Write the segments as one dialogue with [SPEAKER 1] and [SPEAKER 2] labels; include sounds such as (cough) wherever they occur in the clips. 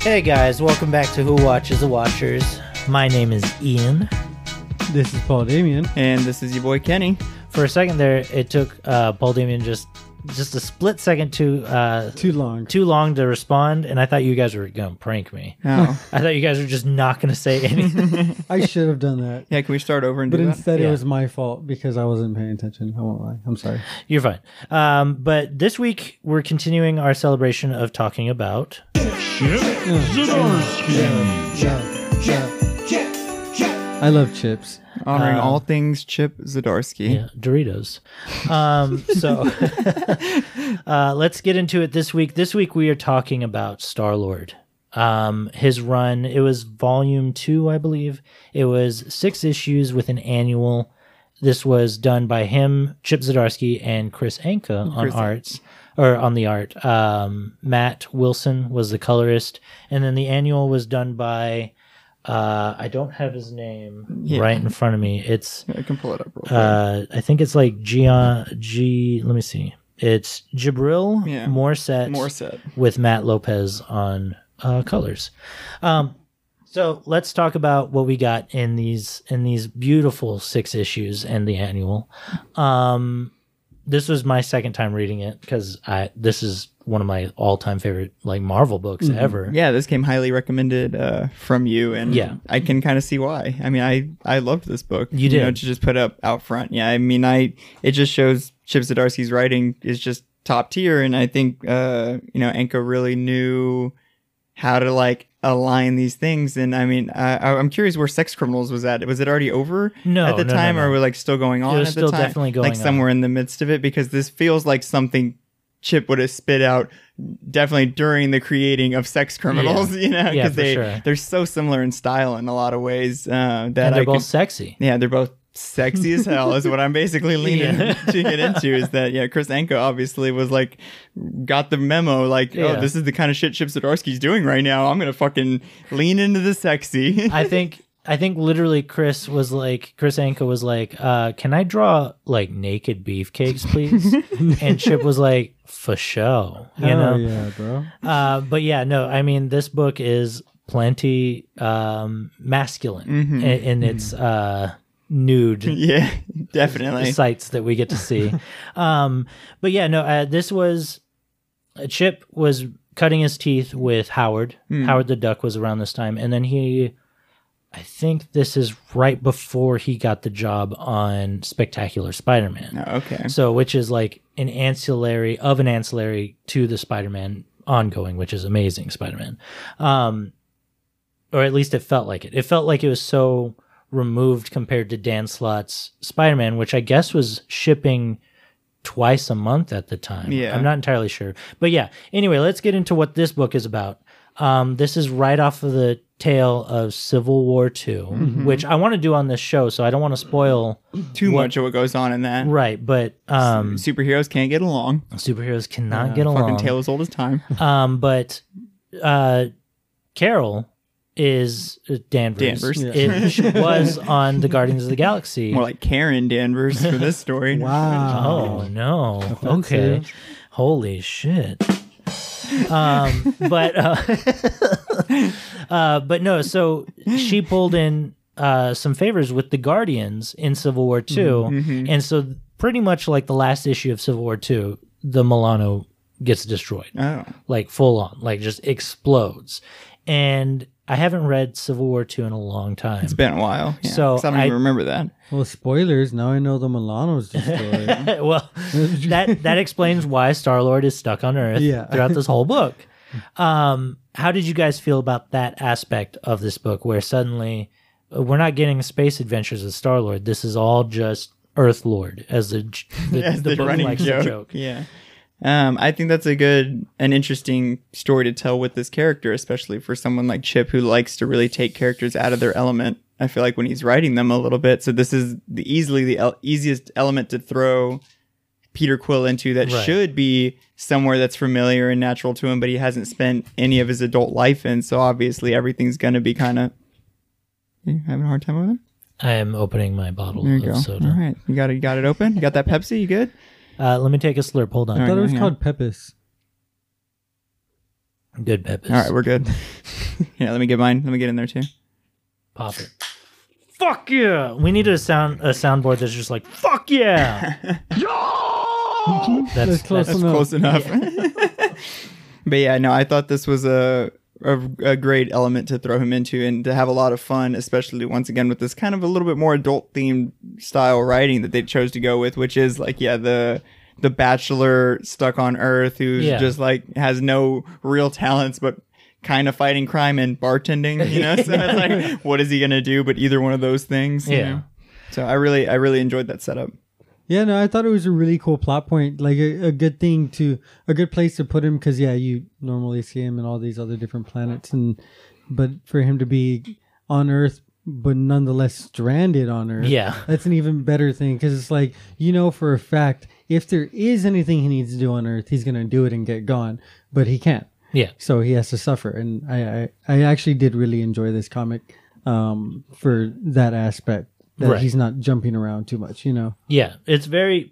[SPEAKER 1] Hey guys, welcome back to Who Watches the Watchers. My name is Ian.
[SPEAKER 2] This is Paul Damien.
[SPEAKER 3] And this is your boy Kenny.
[SPEAKER 1] For a second there, it took uh, Paul Damien just just a split second to uh,
[SPEAKER 2] Too long.
[SPEAKER 1] too long to respond, and I thought you guys were gonna prank me.
[SPEAKER 3] Oh.
[SPEAKER 1] I thought you guys were just not gonna say anything.
[SPEAKER 2] I should have done
[SPEAKER 1] (laughs)
[SPEAKER 2] that.
[SPEAKER 3] yeah, can we start over and
[SPEAKER 2] But
[SPEAKER 3] do that?
[SPEAKER 2] instead,
[SPEAKER 1] Yeah.
[SPEAKER 2] it was my fault because I wasn't paying attention. I won't lie. I'm sorry.
[SPEAKER 1] You're fine. Um, but this week we're continuing our celebration of talking about
[SPEAKER 2] I love chips.
[SPEAKER 3] Honoring all things Chip Zadarsky.
[SPEAKER 1] yeah, Doritos. Um, so (laughs) uh, let's get into it this week. This week we are talking about Star Lord. Um, his run. It was volume two, I believe. It was six issues with an annual. This was done by him, Chip Zdarsky, and Chris Anka on
[SPEAKER 3] Chris Anka.
[SPEAKER 1] arts or on the art. Um, Matt Wilson was the colorist, and then the annual was done by. Uh, I don't have his name
[SPEAKER 3] Yeah.
[SPEAKER 1] right in front of me. It's
[SPEAKER 3] I can pull it up real quick.
[SPEAKER 1] uh, I think it's like Gian G. Let me see. It's Jabril
[SPEAKER 3] Yeah.
[SPEAKER 1] Morissette,
[SPEAKER 3] More set.
[SPEAKER 1] with Matt Lopez on uh, colors. Um, so let's talk about what we got in these in these beautiful six issues and the annual. Um, this was my second time reading it because I this is one of my all time favorite like Marvel books ever.
[SPEAKER 3] Mm-hmm. Yeah, this came highly recommended uh, from you, and
[SPEAKER 1] Yeah.
[SPEAKER 3] I can kind of see why. I mean, I I loved this book.
[SPEAKER 1] You
[SPEAKER 3] know,
[SPEAKER 1] did.
[SPEAKER 3] to just put up out front. Yeah, I mean, I it just shows Chip Zdarsky's writing is just top tier, and I think uh, you know Enko really knew how to like align these things. And I mean, I, I- I'm curious where Sex Criminals was at. Was it already over
[SPEAKER 1] No,
[SPEAKER 3] at the
[SPEAKER 1] no, no,
[SPEAKER 3] time,
[SPEAKER 1] no.
[SPEAKER 3] or were like still going on?
[SPEAKER 1] was
[SPEAKER 3] at
[SPEAKER 1] still
[SPEAKER 3] the time?
[SPEAKER 1] definitely going
[SPEAKER 3] like somewhere in the midst of it because this feels like something Chip would have spit out definitely during the creating of Sex Criminals. (laughs) You know,
[SPEAKER 1] Yeah,
[SPEAKER 3] because
[SPEAKER 1] for
[SPEAKER 3] they
[SPEAKER 1] sure.
[SPEAKER 3] they're so similar in style in a lot of ways uh, that
[SPEAKER 1] and
[SPEAKER 3] I
[SPEAKER 1] they're both
[SPEAKER 3] could-
[SPEAKER 1] sexy.
[SPEAKER 3] yeah, they're both sexy as hell is what I'm basically leaning
[SPEAKER 1] (laughs) Yeah.
[SPEAKER 3] to get into is that yeah, Chris Anka obviously was like got the memo like
[SPEAKER 1] Yeah.
[SPEAKER 3] oh this is the kind of shit Chip Zdarsky's doing right now. I'm gonna fucking lean into the sexy.
[SPEAKER 1] I think I think literally Chris was like Chris Anka was like, uh, "Can I draw like naked beefcakes,
[SPEAKER 2] (laughs)
[SPEAKER 1] please?" and Chip was like, "For show," you
[SPEAKER 2] Hell
[SPEAKER 1] know.
[SPEAKER 2] yeah, bro.
[SPEAKER 1] Uh, but yeah, no, I mean this book is plenty um, masculine
[SPEAKER 2] Mm-hmm.
[SPEAKER 1] in, in its uh, nude
[SPEAKER 3] (laughs) yeah, definitely.
[SPEAKER 1] sites that we get to see. um, but yeah, no, uh, this was uh, Chip was cutting his teeth with Howard. Howard the Duck was around this time, and then he, I think this is right before he got the job on Spectacular Spider-Man.
[SPEAKER 3] Oh, okay.
[SPEAKER 1] So, which is like an ancillary of an ancillary to the Spider-Man ongoing, which is amazing Spider-Man. Um, or at least it felt like it. It felt like it was so removed compared to Dan Slott's Spider-Man, which I guess was shipping twice a month at the time.
[SPEAKER 3] Yeah.
[SPEAKER 1] I'm not entirely sure. But yeah, anyway, let's get into what this book is about. Um, this is right off of the tail of Civil War II,
[SPEAKER 3] Mm-hmm.
[SPEAKER 1] which I want to do on this show, so I don't want to spoil
[SPEAKER 3] Too much of what goes on in that.
[SPEAKER 1] right, but um
[SPEAKER 3] Superheroes can't get along.
[SPEAKER 1] superheroes cannot get along.
[SPEAKER 3] Fucking tale as old as time.
[SPEAKER 1] Um, but uh, Carol is uh, Danvers.
[SPEAKER 3] Danvers. (laughs)
[SPEAKER 1] It, she was on the Guardians of the Galaxy.
[SPEAKER 3] More like Karen Danvers for
[SPEAKER 1] (laughs)
[SPEAKER 3] this story.
[SPEAKER 2] Wow.
[SPEAKER 1] oh no! Okay, holy shit. Um, but uh, (laughs) uh, but no. So she pulled in uh some favors with the Guardians in Civil War 2
[SPEAKER 3] Mm-hmm,
[SPEAKER 1] and so pretty much like the last issue of Civil War Two, the Milano gets destroyed.
[SPEAKER 3] Oh.
[SPEAKER 1] like full on, like just explodes. And I haven't read Civil War II in a long time.
[SPEAKER 3] It's been a while. Yeah,
[SPEAKER 1] So
[SPEAKER 3] 'cause I don't
[SPEAKER 1] I-
[SPEAKER 3] even remember that.
[SPEAKER 2] Well, spoilers. Now I know the Milano's
[SPEAKER 1] (laughs)
[SPEAKER 2] destroyed.
[SPEAKER 1] well, that that explains why Star Lord is stuck on Earth
[SPEAKER 2] Yeah.
[SPEAKER 1] throughout this whole (laughs) book. Um, how did you guys feel about that aspect of this book, where suddenly uh, we're not getting space adventures with Star Lord? This is all just Earth Lord, (laughs) as the j- the,
[SPEAKER 3] That's
[SPEAKER 1] the
[SPEAKER 3] the,
[SPEAKER 1] book
[SPEAKER 3] running
[SPEAKER 1] likes to
[SPEAKER 3] joke.
[SPEAKER 1] joke.
[SPEAKER 3] Yeah. Um, I think that's a good an interesting story to tell with this character, especially for someone like Chip who likes to really take characters out of their element. I feel like when he's writing them a little bit, so this is the easily the el- easiest element to throw Peter Quill into that
[SPEAKER 1] Right.
[SPEAKER 3] should be somewhere that's familiar and natural to him, but he hasn't spent any of his adult life in, so obviously everything's gonna be kind of. You having a hard time over
[SPEAKER 1] I am opening my bottle
[SPEAKER 3] there?
[SPEAKER 1] of
[SPEAKER 3] There you go.
[SPEAKER 1] soda.
[SPEAKER 3] All right, you got it. You got it open. You got that Pepsi. You good?
[SPEAKER 1] Uh, let me take a slurp. Hold on.
[SPEAKER 2] I thought it was
[SPEAKER 3] Yeah.
[SPEAKER 2] called Pepis.
[SPEAKER 1] Good Peppers.
[SPEAKER 3] All right, we're good. (laughs) yeah, let me get mine. Let me get in there too.
[SPEAKER 1] Pop it. Fuck yeah! We need a sound a soundboard that's just like fuck yeah. that's,
[SPEAKER 2] That's close
[SPEAKER 1] that's-
[SPEAKER 2] enough.
[SPEAKER 3] Close enough. Oh. (laughs) but yeah, no, I thought this was a, a a great element to throw him into and to have a lot of fun, especially once again with this kind of a little bit more adult themed style writing that they chose to go with, which is like yeah the the bachelor stuck on Earth who's
[SPEAKER 1] Yeah.
[SPEAKER 3] just like has no real talents but kind of fighting crime and bartending, you (laughs) know. So it's like, what is he gonna do? But either one of those things, you
[SPEAKER 1] Yeah.
[SPEAKER 3] know? So I really, I really enjoyed that setup.
[SPEAKER 2] Yeah, no, I thought it was a really cool plot point, like a, a good thing to, a good place to put him, because yeah, you normally see him in all these other different planets, and but for him to be on Earth, but nonetheless stranded on Earth,
[SPEAKER 1] Yeah.
[SPEAKER 2] that's an even better thing, because it's like you know for a fact if there is anything he needs to do on Earth, he's gonna do it and get gone, but he can't,
[SPEAKER 1] yeah.
[SPEAKER 2] so he has to suffer, and I I, I actually did really enjoy this comic, um, for that aspect that
[SPEAKER 1] Right.
[SPEAKER 2] he's not jumping around too much, you know.
[SPEAKER 1] Yeah, it's very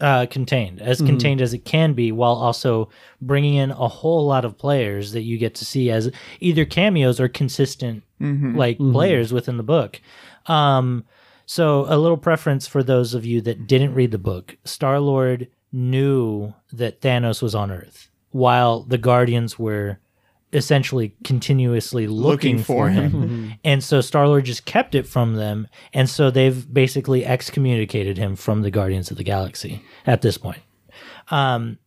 [SPEAKER 1] uh, contained, as contained as it can be, while also bringing in a whole lot of players that you get to see as either cameos or consistent like players within the book. Um, so, a little preference for those of you that didn't read the book: Star Lord knew that Thanos was on Earth, while the Guardians were essentially continuously looking, for him. And so Star Lord just kept it from them. And so they've basically excommunicated him from the Guardians of the Galaxy at this point. Um,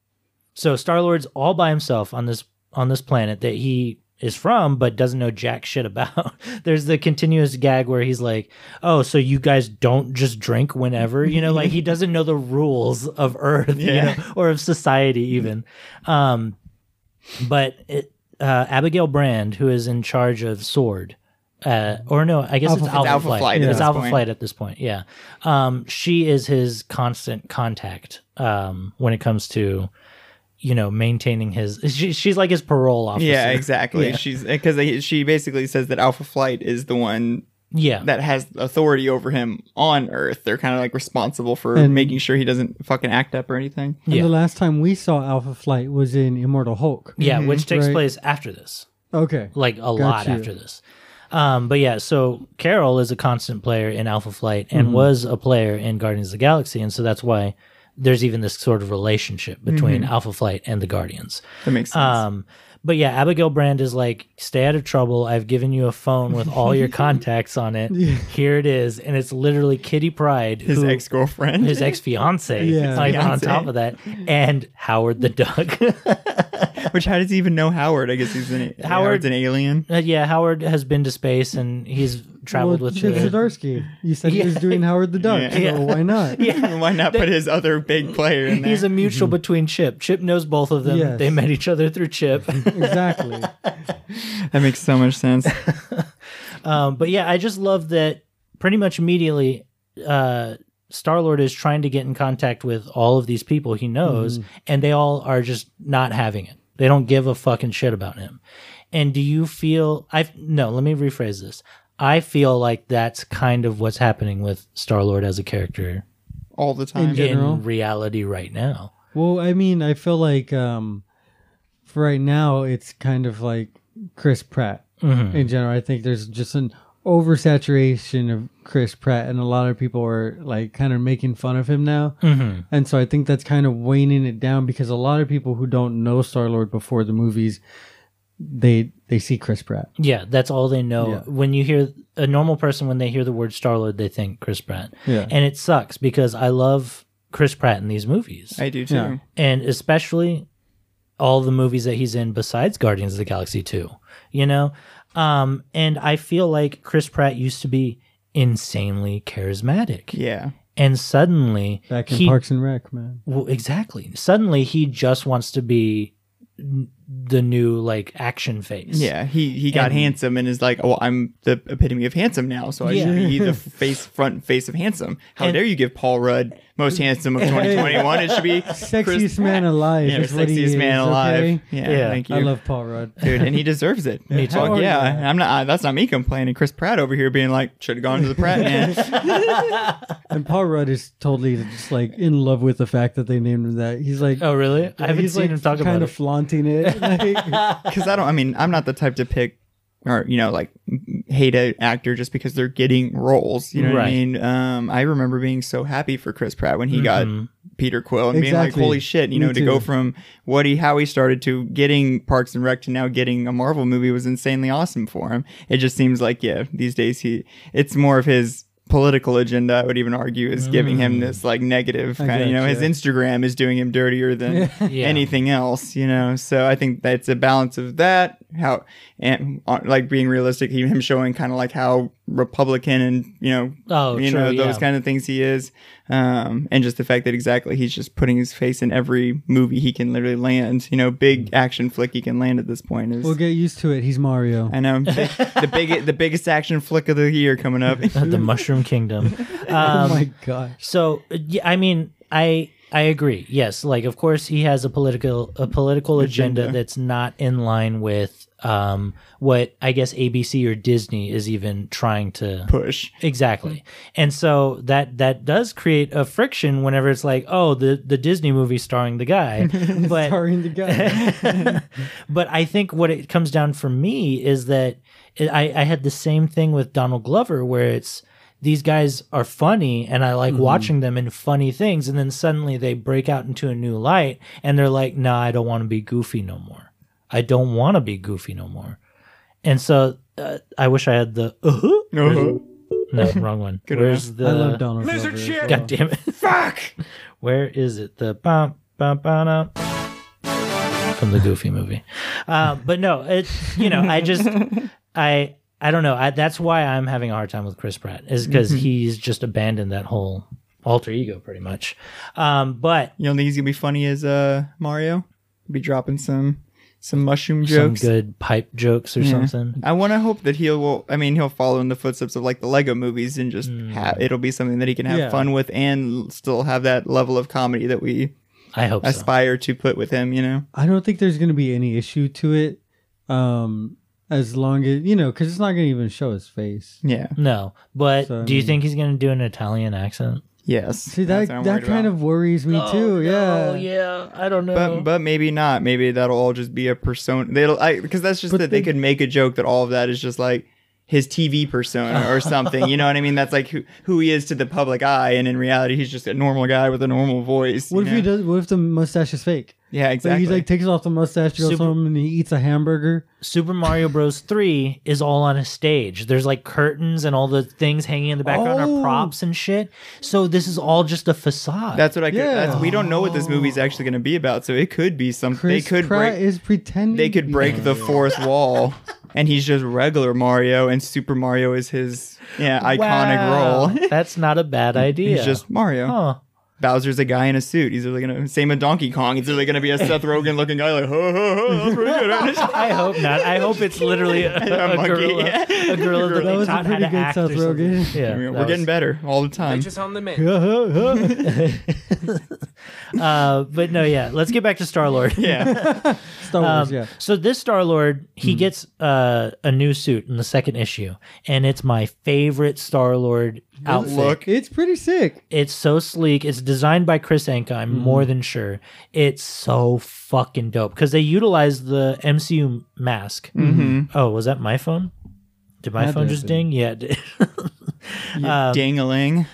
[SPEAKER 1] so Star Lord's all by himself on this on this planet that he is from, but doesn't know jack (laughs) shit about. There's the continuous gag where he's like, "Oh, so you guys don't just drink whenever?" You know, like he doesn't know the rules of Earth, you know,
[SPEAKER 3] Yeah.
[SPEAKER 1] or of society even. Um, but it, uh, Abigail Brand, who is in charge of Sword, uh, or no, I guess
[SPEAKER 2] Alpha
[SPEAKER 1] it's
[SPEAKER 2] Flight.
[SPEAKER 1] Alpha,
[SPEAKER 3] Alpha
[SPEAKER 1] Flight.
[SPEAKER 3] Flight at
[SPEAKER 1] It's
[SPEAKER 3] this
[SPEAKER 1] Alpha
[SPEAKER 3] point.
[SPEAKER 1] Flight at this point. Yeah, um, she is his constant contact um, when it comes to you know maintaining his. She, she's like his parole officer.
[SPEAKER 3] Yeah, exactly. She's because she basically says that Alpha Flight is the one
[SPEAKER 1] yeah,
[SPEAKER 3] that has authority over him on Earth. They're kind of like responsible for
[SPEAKER 2] And-
[SPEAKER 3] making sure he doesn't fucking act up or anything.
[SPEAKER 2] And
[SPEAKER 1] Yeah.
[SPEAKER 2] the last time we saw Alpha Flight was in Immortal Hulk.
[SPEAKER 1] yeah,
[SPEAKER 3] mm-hmm,
[SPEAKER 1] which takes
[SPEAKER 2] right.
[SPEAKER 1] place after this.
[SPEAKER 2] Okay.
[SPEAKER 1] like a lot
[SPEAKER 2] you.
[SPEAKER 1] after this. Um, but yeah, so Carol is a constant player in Alpha Flight and was a player in Guardians of the Galaxy, and so that's why there's even this sort of relationship between Alpha Flight and the Guardians.
[SPEAKER 3] That makes sense.
[SPEAKER 1] Um, but yeah, Abigail Brand is like, stay out of trouble. I've given you a phone with all your contacts on it. Here it is, and it's literally Kitty Pride,
[SPEAKER 3] his
[SPEAKER 1] who-
[SPEAKER 3] ex girlfriend.
[SPEAKER 1] his ex fiance,
[SPEAKER 2] Yeah.
[SPEAKER 1] like on
[SPEAKER 3] Fiancé.
[SPEAKER 1] top of that, and Howard the Duck. (laughs)
[SPEAKER 3] (laughs) Which how does he even know Howard? I guess he's an Howard's an alien.
[SPEAKER 1] Uh, yeah, Howard has been to space and he's traveled
[SPEAKER 2] well,
[SPEAKER 1] with
[SPEAKER 2] Chip
[SPEAKER 1] the,
[SPEAKER 2] Zdarsky. You said
[SPEAKER 1] Yeah.
[SPEAKER 2] he was doing Howard the Duck,
[SPEAKER 3] Yeah.
[SPEAKER 1] (laughs)
[SPEAKER 2] so
[SPEAKER 1] Yeah.
[SPEAKER 2] why not?
[SPEAKER 3] (laughs) Why not put his other big player in
[SPEAKER 1] (laughs)
[SPEAKER 3] there?
[SPEAKER 1] He's a mutual between Chip. Chip knows both of them.
[SPEAKER 2] Mm-hmm. Yes.
[SPEAKER 1] They met each other through
[SPEAKER 2] (laughs)
[SPEAKER 1] Chip.
[SPEAKER 2] Exactly.
[SPEAKER 3] that makes so much sense.
[SPEAKER 1] um, but yeah, I just love that pretty much immediately uh, Star Lord is trying to get in contact with all of these people he knows,
[SPEAKER 2] Mm-hmm.
[SPEAKER 1] and they all are just not having it. They don't give a fucking shit about him. And do you feel I no, let me rephrase this. I feel like that's kind of what's happening with Star Lord as a character
[SPEAKER 3] All the time.
[SPEAKER 2] Yeah. General?
[SPEAKER 1] in reality right now.
[SPEAKER 2] Well, I mean, I feel like um, for right now, it's kind of like Chris Pratt
[SPEAKER 3] Mm-hmm.
[SPEAKER 2] in general. I think there's just an oversaturation of Chris Pratt, and a lot of people are like kind of making fun of him now.
[SPEAKER 3] Mm-hmm.
[SPEAKER 1] Mhm.
[SPEAKER 2] And so I think that's kind of waning it down because a lot of people who don't know Star Lord before the movies, they they see Chris Pratt.
[SPEAKER 1] Yeah, that's all they know.
[SPEAKER 2] Yeah.
[SPEAKER 1] When you hear a normal person, when they hear the word Star Lord, they think Chris Pratt.
[SPEAKER 2] Yeah.
[SPEAKER 1] And it sucks because I love Chris Pratt in these movies.
[SPEAKER 3] I do too.
[SPEAKER 2] Yeah.
[SPEAKER 1] and especially all the movies that he's in besides Guardians of the Galaxy 2, you know? Um, and I feel like Chris Pratt used to be insanely charismatic.
[SPEAKER 3] Yeah.
[SPEAKER 1] And suddenly,
[SPEAKER 2] Back in
[SPEAKER 1] he
[SPEAKER 2] Parks and Rec, man.
[SPEAKER 1] well, exactly. Suddenly, he just wants to be n- the new like action face.
[SPEAKER 3] Yeah, he he got
[SPEAKER 1] And-
[SPEAKER 3] handsome and is like, oh, I'm the epitome of handsome now, so I should
[SPEAKER 1] Yeah.
[SPEAKER 3] be the face front face of handsome. How
[SPEAKER 1] And-
[SPEAKER 3] dare you give Paul Rudd most handsome of
[SPEAKER 2] (laughs)
[SPEAKER 3] 2021? It should be
[SPEAKER 2] Sexiest
[SPEAKER 3] Chris
[SPEAKER 2] man
[SPEAKER 3] Pratt.
[SPEAKER 2] alive.
[SPEAKER 3] Yeah,
[SPEAKER 2] is what he
[SPEAKER 3] sexiest
[SPEAKER 2] is,
[SPEAKER 3] man alive.
[SPEAKER 2] okay?
[SPEAKER 3] Yeah,
[SPEAKER 1] Yeah.
[SPEAKER 3] thank you,
[SPEAKER 2] I love Paul Rudd.
[SPEAKER 3] (laughs) dude, and he deserves it.
[SPEAKER 2] Me
[SPEAKER 3] Fuck
[SPEAKER 2] too.
[SPEAKER 3] yeah,
[SPEAKER 2] Yeah.
[SPEAKER 3] I'm not. I, that's not me complaining. Chris Pratt over here being like, should have gone to the
[SPEAKER 2] (laughs)
[SPEAKER 3] Pratt man.
[SPEAKER 2] And Paul Rudd is totally just like in love with the fact that they named him that. He's like,
[SPEAKER 1] Oh, really? I haven't
[SPEAKER 2] he's
[SPEAKER 1] seen
[SPEAKER 2] like
[SPEAKER 1] him talk
[SPEAKER 2] kind
[SPEAKER 1] about
[SPEAKER 2] of
[SPEAKER 1] it. (laughs)
[SPEAKER 2] flaunting it.
[SPEAKER 3] because I don't. I mean, I'm not the type to pick or you know like hate an actor just because they're getting roles. You know what I
[SPEAKER 1] Right.
[SPEAKER 3] mean? Um, I remember being so happy for Chris Pratt when he got Peter Quill and being like,
[SPEAKER 2] Exactly.
[SPEAKER 3] "Holy shit!" You
[SPEAKER 2] Me
[SPEAKER 3] know, to go
[SPEAKER 2] too.
[SPEAKER 3] from what he how he started to getting Parks and Rec to now getting a Marvel movie was insanely awesome for him. It just seems like yeah, these days he it's more of his. Political agenda, I would even argue, is giving him this like negative
[SPEAKER 2] I
[SPEAKER 3] kind of, you know, his
[SPEAKER 2] gotcha.
[SPEAKER 3] Instagram is doing him dirtier than
[SPEAKER 1] (laughs) Yeah.
[SPEAKER 3] anything else, you know. So I think that's a balance of that, how and uh, like being realistic, even him showing kind of like how Republican and you know,
[SPEAKER 1] Oh,
[SPEAKER 3] you
[SPEAKER 1] true,
[SPEAKER 3] know those
[SPEAKER 1] yeah.
[SPEAKER 3] kind of things he is, um, and just the fact that exactly he's just putting his face in every movie he can literally land, you know,
[SPEAKER 1] Mm.
[SPEAKER 3] big action flick he can land at this point is.
[SPEAKER 2] We'll get used to it. He's Mario.
[SPEAKER 1] (laughs)
[SPEAKER 3] I know big- the big the biggest action flick of the year coming
[SPEAKER 1] (laughs)
[SPEAKER 3] up.
[SPEAKER 1] the Mushroom Kingdom.
[SPEAKER 2] (laughs) oh
[SPEAKER 1] Um,
[SPEAKER 2] my gosh.
[SPEAKER 1] So yeah, I mean, I I agree. Yes, like of course he has a political a political agenda,
[SPEAKER 3] Agenda.
[SPEAKER 1] that's not in line with um what I guess ABC or Disney is even trying to
[SPEAKER 3] Push.
[SPEAKER 1] Exactly. And so that that does create a friction whenever it's like, oh, the the Disney movie starring the
[SPEAKER 2] (laughs)
[SPEAKER 1] guy. but
[SPEAKER 2] Sorry the guy.
[SPEAKER 1] (laughs) but I think what it comes down for me is that it, I, I had the same thing with Donald Glover, where it's these guys are funny and I like watching them in funny things. And then suddenly they break out into a new light and they're like, nah, I don't want to be goofy no more. I don't want to be goofy no more. And so uh, I wish I had the, uh-huh.
[SPEAKER 3] Uh-huh.
[SPEAKER 1] no, wrong one.
[SPEAKER 3] Good
[SPEAKER 1] Where's (laughs) the,
[SPEAKER 2] I love Donald.
[SPEAKER 4] Lizard
[SPEAKER 2] Glover as
[SPEAKER 4] shit.
[SPEAKER 1] (laughs)
[SPEAKER 2] well.
[SPEAKER 1] God damn it.
[SPEAKER 3] Fuck.
[SPEAKER 1] Where is it? The bum bum bum bum from the Goofy movie. Uh, but no, it you know I
[SPEAKER 2] (laughs)
[SPEAKER 1] just I I don't know. I, that's why I'm having a hard time with Chris Pratt is because
[SPEAKER 2] Mm-hmm.
[SPEAKER 1] he's just abandoned that whole alter ego pretty much. Um, but
[SPEAKER 3] You don't think he's gonna be funny as uh Mario? Be dropping some some mushroom
[SPEAKER 1] some
[SPEAKER 3] jokes.
[SPEAKER 1] good pipe jokes or something.
[SPEAKER 3] I want to hope that he'll. Will, I mean, he'll follow in the footsteps of like the Lego movies and just ha- it'll be something that he can have
[SPEAKER 2] Hmm. Yeah.
[SPEAKER 3] fun with and l- still have that level of comedy that we
[SPEAKER 1] I hope so.
[SPEAKER 3] aspire to put with him. You know,
[SPEAKER 2] I don't think there's going to be any issue to it. Um, as long as you know, because it's not going to even show his face.
[SPEAKER 3] yeah,
[SPEAKER 1] No, but
[SPEAKER 2] So, I
[SPEAKER 1] do you
[SPEAKER 2] mean-
[SPEAKER 1] think he's going to do an Italian accent?
[SPEAKER 3] yes.
[SPEAKER 2] See that that kind of worries
[SPEAKER 1] Oh,
[SPEAKER 2] me too. yeah.
[SPEAKER 1] yeah. I don't know.
[SPEAKER 3] But but maybe not. Maybe that'll all just be a persona. They'll I because that's just
[SPEAKER 2] But
[SPEAKER 3] that they,
[SPEAKER 2] they-
[SPEAKER 3] could make a joke that all of that is just like his TV
[SPEAKER 2] (laughs)
[SPEAKER 3] persona or something. you know what I mean? That's like who who he is to the public eye, and in reality, he's just a normal guy with a normal voice.
[SPEAKER 2] What
[SPEAKER 3] you
[SPEAKER 2] if he
[SPEAKER 3] know?
[SPEAKER 2] does? What if the mustache is fake?
[SPEAKER 3] Yeah,
[SPEAKER 2] Like
[SPEAKER 3] exactly.
[SPEAKER 2] he like takes off the mustache, goes
[SPEAKER 1] Super-
[SPEAKER 2] home, and he eats a hamburger.
[SPEAKER 1] Super Mario Bros. 3 is all on a stage. There's like curtains and all the things hanging in the background
[SPEAKER 2] Oh.
[SPEAKER 1] are props and shit. So this is all just a facade.
[SPEAKER 3] That's what I could.
[SPEAKER 2] Yeah.
[SPEAKER 3] That's, we don't know what this movie's actually going to be about, so it could be something. They
[SPEAKER 2] Oh. Chris
[SPEAKER 3] could
[SPEAKER 2] Pratt
[SPEAKER 3] break.
[SPEAKER 2] is pretending.
[SPEAKER 3] They
[SPEAKER 2] to
[SPEAKER 3] could
[SPEAKER 2] be
[SPEAKER 3] break the
[SPEAKER 2] Mario.
[SPEAKER 3] fourth wall, and he's just regular Mario, and Super Mario is his yeah iconic
[SPEAKER 1] Wow.
[SPEAKER 3] role.
[SPEAKER 1] (laughs)
[SPEAKER 3] (laughs)
[SPEAKER 1] That's not a bad idea.
[SPEAKER 3] He's just Mario.
[SPEAKER 1] huh.
[SPEAKER 3] Bowser's a guy in a suit. He's really gonna same with Donkey Kong. He's really
[SPEAKER 1] (laughs)
[SPEAKER 3] gonna be a Seth Rogen looking guy like ho ho ho. That's pretty good. aren't it?"
[SPEAKER 1] I hope not. I hope it's literally a,
[SPEAKER 3] (laughs) A
[SPEAKER 1] a,
[SPEAKER 3] monkey,
[SPEAKER 1] gorilla.
[SPEAKER 3] yeah.
[SPEAKER 1] A
[SPEAKER 3] (laughs)
[SPEAKER 1] gorilla that,
[SPEAKER 3] That
[SPEAKER 1] they
[SPEAKER 2] was a
[SPEAKER 1] taught how
[SPEAKER 2] pretty
[SPEAKER 1] to
[SPEAKER 2] good
[SPEAKER 1] act.
[SPEAKER 2] Seth
[SPEAKER 1] or something.
[SPEAKER 2] Rogan.
[SPEAKER 1] Yeah,
[SPEAKER 3] I mean,
[SPEAKER 1] that
[SPEAKER 3] We're
[SPEAKER 1] was-
[SPEAKER 3] getting better all the time.
[SPEAKER 4] Just on the mend.
[SPEAKER 1] uh, but no, yeah. Let's get back to Star Lord.
[SPEAKER 3] (laughs) (laughs)
[SPEAKER 1] (laughs)
[SPEAKER 3] Yeah,
[SPEAKER 2] (laughs) Star Wars,
[SPEAKER 1] Um,
[SPEAKER 2] yeah.
[SPEAKER 1] So this Star Lord,
[SPEAKER 3] Mm-hmm.
[SPEAKER 1] he gets uh, a new suit in the second issue, and it's my favorite Star Lord outfit.
[SPEAKER 3] look.
[SPEAKER 2] It's pretty sick.
[SPEAKER 1] It's so sleek. It's designed by Chris Anka. I'm more than sure. It's so fucking dope because they utilize the MCU mask.
[SPEAKER 3] Mm-hmm.
[SPEAKER 1] Oh, was that my phone? Did my
[SPEAKER 2] Had to
[SPEAKER 1] phone
[SPEAKER 2] have
[SPEAKER 1] just
[SPEAKER 2] been.
[SPEAKER 1] ding? Yeah. it did. (laughs)
[SPEAKER 3] Dangling.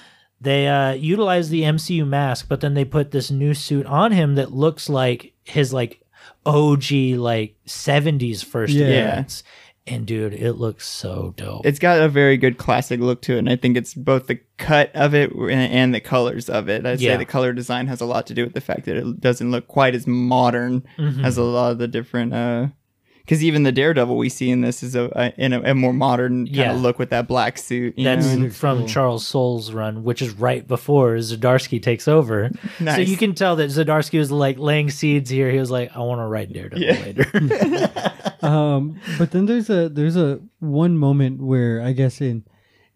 [SPEAKER 1] they uh, utilize the MCU mask, but then they put this new suit on him that looks like his like OG like 70s first
[SPEAKER 2] Yeah.
[SPEAKER 1] appearance. And dude, it looks so dope.
[SPEAKER 3] it's got a very good classic look to it, and I think it's both the cut of it and- and the colors of it. I'd
[SPEAKER 1] Yeah.
[SPEAKER 3] say the color design has a lot to do with the fact that it doesn't look quite as modern
[SPEAKER 1] Mm-hmm.
[SPEAKER 3] as a lot of the different. Because even the Daredevil we see in this is a, a in a, a more modern kind
[SPEAKER 1] Yeah.
[SPEAKER 3] of look with that black suit. you
[SPEAKER 1] That's
[SPEAKER 3] know, and-
[SPEAKER 1] from Charles Soule's run, which is right before Zadarsky takes over. So
[SPEAKER 3] Nice.
[SPEAKER 1] you can tell that Zadarsky was like laying seeds here. He was like, I want to write Daredevil
[SPEAKER 3] Yeah. (laughs)
[SPEAKER 1] later.
[SPEAKER 2] Um, but then there's a there's a one moment where I guess in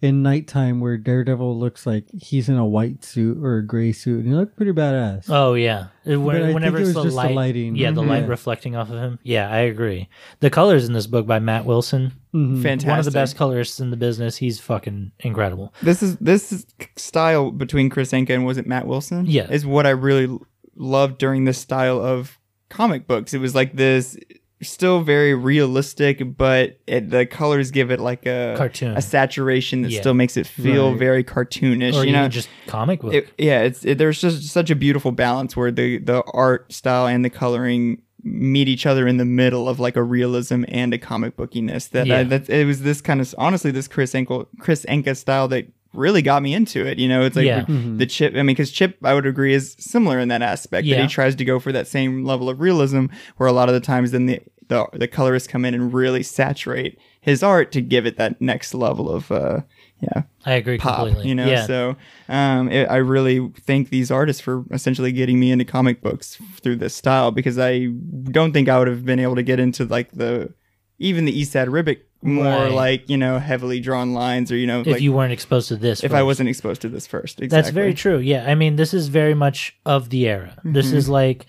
[SPEAKER 2] in nighttime where Daredevil looks like he's in a white suit or a gray suit, and he looked pretty badass.
[SPEAKER 1] oh, yeah. It-
[SPEAKER 2] But I think
[SPEAKER 1] whenever
[SPEAKER 2] it
[SPEAKER 1] it's
[SPEAKER 2] was
[SPEAKER 1] the
[SPEAKER 2] just the
[SPEAKER 1] light.
[SPEAKER 2] lighting.
[SPEAKER 1] Yeah, the
[SPEAKER 3] Mm-hmm.
[SPEAKER 1] light
[SPEAKER 2] Yeah.
[SPEAKER 1] reflecting off of him. Yeah, I agree. The colors in this book by Matt Wilson.
[SPEAKER 2] Mhm.
[SPEAKER 3] fantastic.
[SPEAKER 1] One of the best colorists in the business. He's fucking incredible.
[SPEAKER 3] This is this is style between Chris Anka and was it Matt Wilson?
[SPEAKER 1] Yeah.
[SPEAKER 3] is what I really l- loved during this style of comic books. It was like this still very realistic, but it, the colors give it like a
[SPEAKER 1] Cartoon.
[SPEAKER 3] a saturation that
[SPEAKER 1] Yeah.
[SPEAKER 3] still makes it feel
[SPEAKER 2] Right.
[SPEAKER 3] very cartoonish.
[SPEAKER 1] or
[SPEAKER 3] you know,
[SPEAKER 1] even just comic book.
[SPEAKER 3] it, yeah, it's it, there's just such a beautiful balance where the the art style and the coloring meet each other in the middle of like a realism and a comic bookiness. That
[SPEAKER 1] Yeah.
[SPEAKER 3] I, that it was this kind of honestly this Chris Enkel Chris Enka style that really got me into it. You know, it's like
[SPEAKER 1] Yeah.
[SPEAKER 2] Mm-hmm.
[SPEAKER 3] the Chip. I mean, because Chip, I would agree, is similar in that aspect that
[SPEAKER 1] Yeah.
[SPEAKER 3] he tries to go for that same level of realism, where a lot of the times then the the, the colorists come in and really saturate his art to give it that next level of uh yeah
[SPEAKER 1] I agree
[SPEAKER 3] pop,
[SPEAKER 1] completely.
[SPEAKER 3] you know.
[SPEAKER 1] yeah.
[SPEAKER 3] So um, it, I really thank these artists for essentially getting me into comic books through this style because I don't think I would have been able to get into like the even the East Side Ribic more
[SPEAKER 1] Right.
[SPEAKER 3] like you know heavily drawn lines or you know
[SPEAKER 1] if
[SPEAKER 3] like
[SPEAKER 1] you weren't exposed to this,
[SPEAKER 3] if I
[SPEAKER 1] first.
[SPEAKER 3] wasn't exposed to this first. Exactly.
[SPEAKER 1] That's very true. Yeah. I mean, this is very much of the era. This is like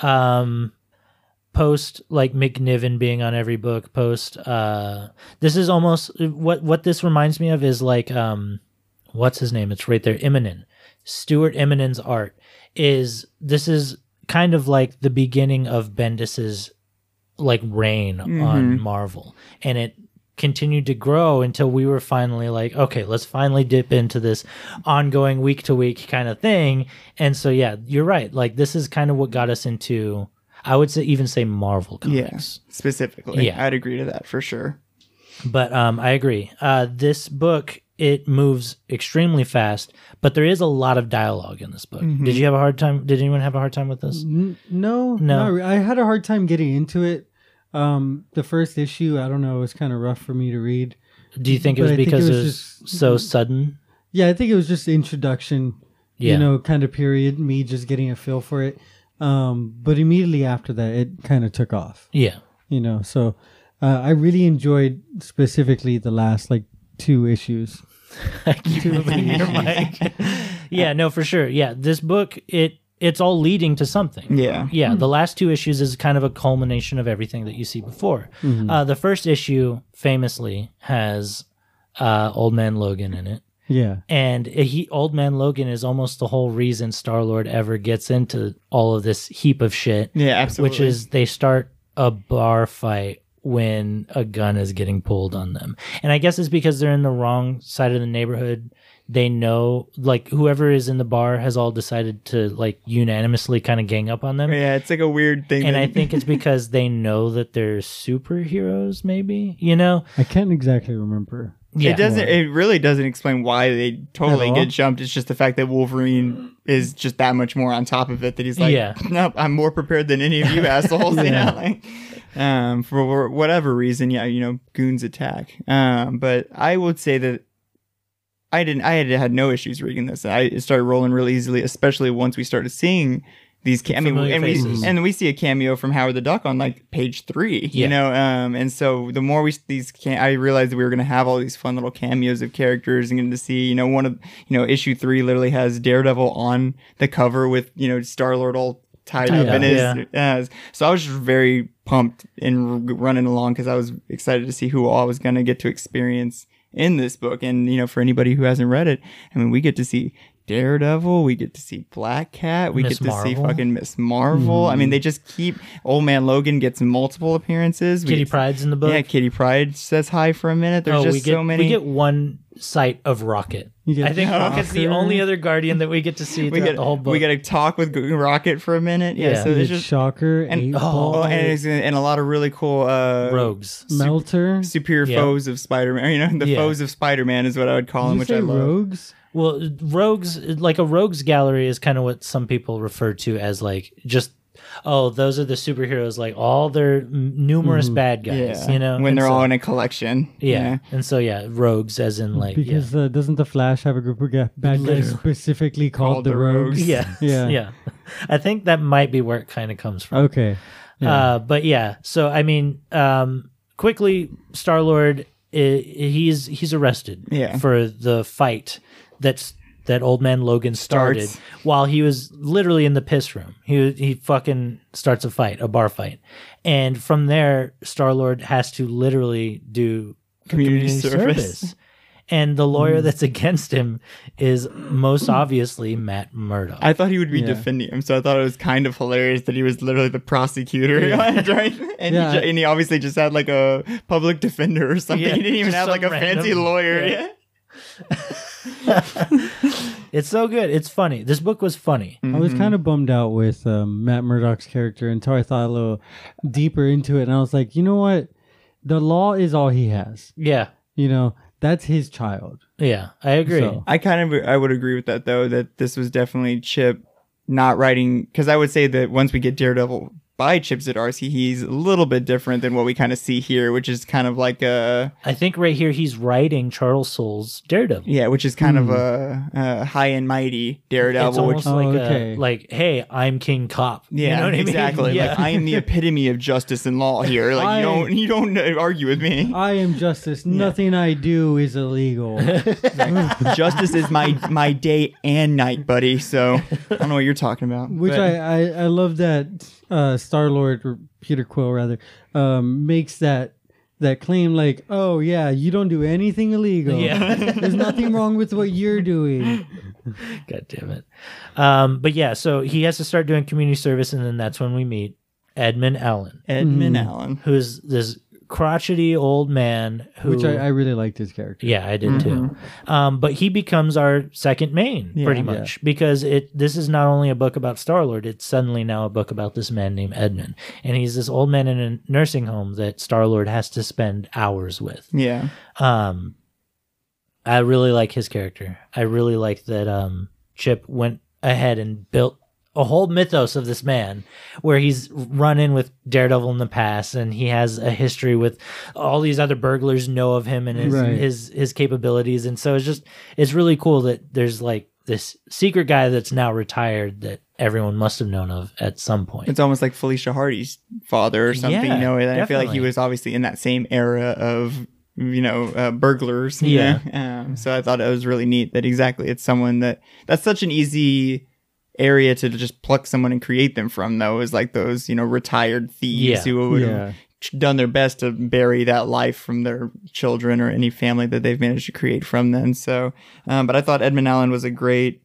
[SPEAKER 1] um post like McNiven being on every book, post uh this is almost what what this reminds me of is like um what's his name? It's right there, Eminem. Stuart Eminem's art is this is kind of like the beginning of Bendis's like reign on Marvel, and it continued to grow until we were finally like, okay, let's finally dip into this ongoing week to week kind of thing. And so, yeah, you're right. Like this is kind of what got us into, I would say, even say Marvel comics.
[SPEAKER 3] Yes, specifically.
[SPEAKER 1] Yeah.
[SPEAKER 3] I'd agree to that for sure.
[SPEAKER 1] But um, I agree. Uh, this book it moves extremely fast, but there is a lot of dialogue in this book.
[SPEAKER 2] Mm-hmm.
[SPEAKER 1] Did you have a hard time? Did anyone have a hard time with this?
[SPEAKER 2] N- no, no. I had a hard time getting into it. Um, the first issue, I don't know, it was kind of rough for me to read.
[SPEAKER 1] Do you think it
[SPEAKER 2] But
[SPEAKER 1] was
[SPEAKER 2] I think it
[SPEAKER 1] because it
[SPEAKER 2] was
[SPEAKER 1] was,
[SPEAKER 2] just- Mhm.
[SPEAKER 1] so sudden?
[SPEAKER 2] Yeah, I think it was just introduction,
[SPEAKER 1] Yeah.
[SPEAKER 2] you know, kind of period, me just getting a feel for it. Um, but immediately after that, it kind of took off,
[SPEAKER 1] Yeah. (laughs)
[SPEAKER 2] you know. So uh, I really enjoyed specifically the last like two issues.
[SPEAKER 1] I keep moving
[SPEAKER 2] (laughs)
[SPEAKER 1] your mic. yeah, no, for sure. Yeah, this book it it's all leading to something.
[SPEAKER 3] Yeah.
[SPEAKER 1] yeah.
[SPEAKER 2] Hmm.
[SPEAKER 1] The last two issues is kind of a culmination of everything that you see before.
[SPEAKER 2] Mm-hmm.
[SPEAKER 1] Uh, the first issue famously has uh, Old Man Logan in it,
[SPEAKER 2] Yeah.
[SPEAKER 1] and he Old Man Logan is almost the whole reason Star Lord ever gets into all of this heap of shit.
[SPEAKER 3] Yeah, absolutely.
[SPEAKER 1] Which is they start a bar fight when a gun is getting pulled on them. And I guess it's because they're in the wrong side of the neighborhood. They know like whoever is in the bar has all decided to like unanimously kind of gang up on them.
[SPEAKER 3] yeah, it's like a weird thing.
[SPEAKER 1] And
[SPEAKER 3] that-
[SPEAKER 1] I
[SPEAKER 3] (laughs)
[SPEAKER 1] think it's because they know that they're superheroes maybe, you know?
[SPEAKER 2] I can't exactly remember.
[SPEAKER 1] Yeah.
[SPEAKER 3] It doesn't. It really doesn't explain why they totally
[SPEAKER 2] At all.
[SPEAKER 3] get jumped. It's just the fact that Wolverine is just that much more on top of it. That he's like,
[SPEAKER 1] Yeah.
[SPEAKER 3] (laughs) nope, I'm more prepared than any of you assholes. (laughs) You know, like, um, for whatever reason, yeah, you know, goons attack. Um, but I would say that I didn't. I had had no issues reading this. I it started rolling really easily, especially once we started seeing these. Ca- I mean,
[SPEAKER 1] Familiar
[SPEAKER 3] and we,
[SPEAKER 1] faces.
[SPEAKER 3] and we see a cameo from Howard the Duck on like page three.
[SPEAKER 1] Mm-hmm. Yeah.
[SPEAKER 3] You know, um, and so the more we s- these, can- I realized that we were going to have all these fun little cameos of characters and getting to see. You know, one of you know issue three literally has Daredevil on the cover with you know Star Lord all tied
[SPEAKER 1] Tied
[SPEAKER 3] up
[SPEAKER 1] up,
[SPEAKER 3] in his.
[SPEAKER 1] yeah.
[SPEAKER 3] Yes. So I was just very pumped and r- running along because I was excited to see who all I was going to get to experience in this book. And, you know, for anybody who hasn't read it, I mean, we get to see Daredevil, we get to see Black Cat, we
[SPEAKER 1] Miss
[SPEAKER 3] get to see
[SPEAKER 1] Marvel.
[SPEAKER 3] fucking Miss Marvel. I mean,
[SPEAKER 1] Mm-hmm.
[SPEAKER 3] they just keep, Old Man Logan gets multiple appearances. We
[SPEAKER 1] Kitty
[SPEAKER 3] get to-
[SPEAKER 1] Pride's in the book.
[SPEAKER 3] Yeah, Kitty Pride says hi for a minute. There's
[SPEAKER 1] Oh,
[SPEAKER 3] just
[SPEAKER 1] we get
[SPEAKER 3] so many.
[SPEAKER 1] we get one sight of Rocket.
[SPEAKER 2] You get
[SPEAKER 1] I think Rocket's the
[SPEAKER 2] Shocker.
[SPEAKER 1] only other Guardian that we get to see
[SPEAKER 3] we
[SPEAKER 1] throughout
[SPEAKER 3] get,
[SPEAKER 1] the whole book.
[SPEAKER 3] we get to talk with G- Rocket for a minute. Yeah,
[SPEAKER 1] Yeah.
[SPEAKER 3] so
[SPEAKER 2] The
[SPEAKER 3] there's just
[SPEAKER 2] Shocker,
[SPEAKER 3] and-
[SPEAKER 2] Eight
[SPEAKER 1] oh,
[SPEAKER 2] Ball,
[SPEAKER 3] oh, and, it's- and a lot of really cool uh,
[SPEAKER 1] rogues.
[SPEAKER 2] Melter.
[SPEAKER 3] superior
[SPEAKER 1] Yeah.
[SPEAKER 3] foes of Spider-Man. You know, the
[SPEAKER 1] Yeah.
[SPEAKER 3] foes of Spider-Man is what I would call
[SPEAKER 2] Did
[SPEAKER 3] them,
[SPEAKER 2] you
[SPEAKER 3] which
[SPEAKER 2] say
[SPEAKER 3] I love.
[SPEAKER 2] Rogues?
[SPEAKER 1] Well, rogues like a rogues gallery is kind of what some people refer to as like just oh those are the superheroes like all their m- numerous bad guys
[SPEAKER 3] Mm-hmm. Yeah,
[SPEAKER 1] you know
[SPEAKER 3] when
[SPEAKER 1] And
[SPEAKER 3] they're
[SPEAKER 1] so-
[SPEAKER 3] all in a collection.
[SPEAKER 1] yeah. and so yeah rogues as in like (laughs) yeah
[SPEAKER 2] Because uh, doesn't the Flash have a group of ga- bad guys
[SPEAKER 1] Literally.
[SPEAKER 2] specifically called,
[SPEAKER 3] Called
[SPEAKER 2] the
[SPEAKER 3] the
[SPEAKER 2] Rogues?
[SPEAKER 3] Rogues.
[SPEAKER 1] yeah
[SPEAKER 2] Yeah.
[SPEAKER 1] yeah I think that might be where it kind of comes from
[SPEAKER 2] Okay.
[SPEAKER 1] Uh, but yeah, so I mean, um, quickly, Star Lord, he's he's arrested
[SPEAKER 3] Yeah.
[SPEAKER 1] for the fight that's that old man Logan started
[SPEAKER 3] Starts.
[SPEAKER 1] while he was literally in the piss room. He he fucking starts a fight, a bar fight, and from there, Star Lord has to literally do
[SPEAKER 3] Community service. Mm.
[SPEAKER 1] and the lawyer that's against him is most obviously Matt Murdock.
[SPEAKER 3] I thought he would be
[SPEAKER 2] Yeah.
[SPEAKER 3] defending him, so I thought it was kind of hilarious that he was literally the prosecutor, (laughs) right? And,
[SPEAKER 2] Yeah.
[SPEAKER 3] he ju- and he obviously just had like a public defender or something.
[SPEAKER 1] Yeah,
[SPEAKER 3] he didn't even
[SPEAKER 1] just
[SPEAKER 3] have
[SPEAKER 1] some
[SPEAKER 3] like a fancy
[SPEAKER 1] random-
[SPEAKER 3] lawyer.
[SPEAKER 1] yeah.
[SPEAKER 3] Yeah.
[SPEAKER 1] it's so good. It's funny. This book was funny.
[SPEAKER 3] Mm.
[SPEAKER 2] I was kind of bummed out with um, Matt Murdock's character until I thought a little deeper into it, and I was like, you know what? The law is all he has.
[SPEAKER 1] Yeah.
[SPEAKER 2] You know, that's his child.
[SPEAKER 1] Yeah. I agree.
[SPEAKER 2] So-
[SPEAKER 3] I kind of I would agree with that though that this was definitely Chip not writing because I would say that once we get Daredevil by Chips at RC, he's a little bit different than what we kind of see here, which is kind of like a
[SPEAKER 1] I think right here he's writing Charles Soule's Daredevil.
[SPEAKER 3] yeah, which is kind of a, a high and mighty
[SPEAKER 1] Hmm. It's
[SPEAKER 3] Daredevil,
[SPEAKER 1] almost
[SPEAKER 3] which
[SPEAKER 1] like
[SPEAKER 2] Oh,
[SPEAKER 1] a-
[SPEAKER 2] okay.
[SPEAKER 1] like, hey, I'm King Cop. You
[SPEAKER 3] yeah,
[SPEAKER 1] know what I mean?
[SPEAKER 3] exactly. Like I am the epitome of justice and law here. Like
[SPEAKER 2] I-
[SPEAKER 3] you don't you don't uh, argue with me.
[SPEAKER 2] I am justice. Nothing I do is illegal.
[SPEAKER 3] (laughs) justice is my my day and night, buddy. So I don't know what you're talking about.
[SPEAKER 2] Which
[SPEAKER 3] but-
[SPEAKER 2] I, I, I love that uh, Star Lord or Peter Quill rather um, makes that that claim like, oh yeah, you don't do anything illegal.
[SPEAKER 1] Yeah.
[SPEAKER 2] (laughs) There's nothing wrong with what you're doing.
[SPEAKER 1] (laughs) God damn it. Um, but yeah, so he has to start doing community service, and then that's when we meet Edmund Allen,
[SPEAKER 3] Edmund
[SPEAKER 2] Hmm.
[SPEAKER 3] Allen.
[SPEAKER 1] who's this crotchety old man who.
[SPEAKER 2] Which I, I really liked his character.
[SPEAKER 1] yeah, I did too. Um, but he becomes our second main,
[SPEAKER 3] Yeah.
[SPEAKER 1] pretty
[SPEAKER 3] Yeah.
[SPEAKER 1] much, because it. This is not only a book about Star Lord; it's suddenly now a book about this man named Edmund, and he's this old man in a nursing home that Star Lord has to spend hours with.
[SPEAKER 3] Yeah.
[SPEAKER 1] Um, I really like his character. I really like that um, Chip went ahead and built a whole mythos of this man where he's run in with Daredevil in the past and he has a history with all these other burglars know of him and his
[SPEAKER 2] Right.
[SPEAKER 1] his his capabilities and so it's just it's really cool that there's like this secret guy that's now retired that everyone must have known of at some point.
[SPEAKER 3] It's almost like Felicia Hardy's father or something,
[SPEAKER 1] Yeah,
[SPEAKER 3] you know. And I feel like
[SPEAKER 1] definitely.
[SPEAKER 3] he was obviously in that same era of, you know, uh, burglars. you
[SPEAKER 1] Yeah.
[SPEAKER 3] know? (laughs) Um, so I thought it was really neat that exactly it's someone that that's such an easy area to just pluck someone and create them from, though, is like those, you know, retired thieves
[SPEAKER 1] Yeah.
[SPEAKER 3] who would
[SPEAKER 2] Yeah.
[SPEAKER 3] have tr- done their best to bury that life from their children or any family that they've managed to create from then. So, um, but I thought Edmund Allen was a great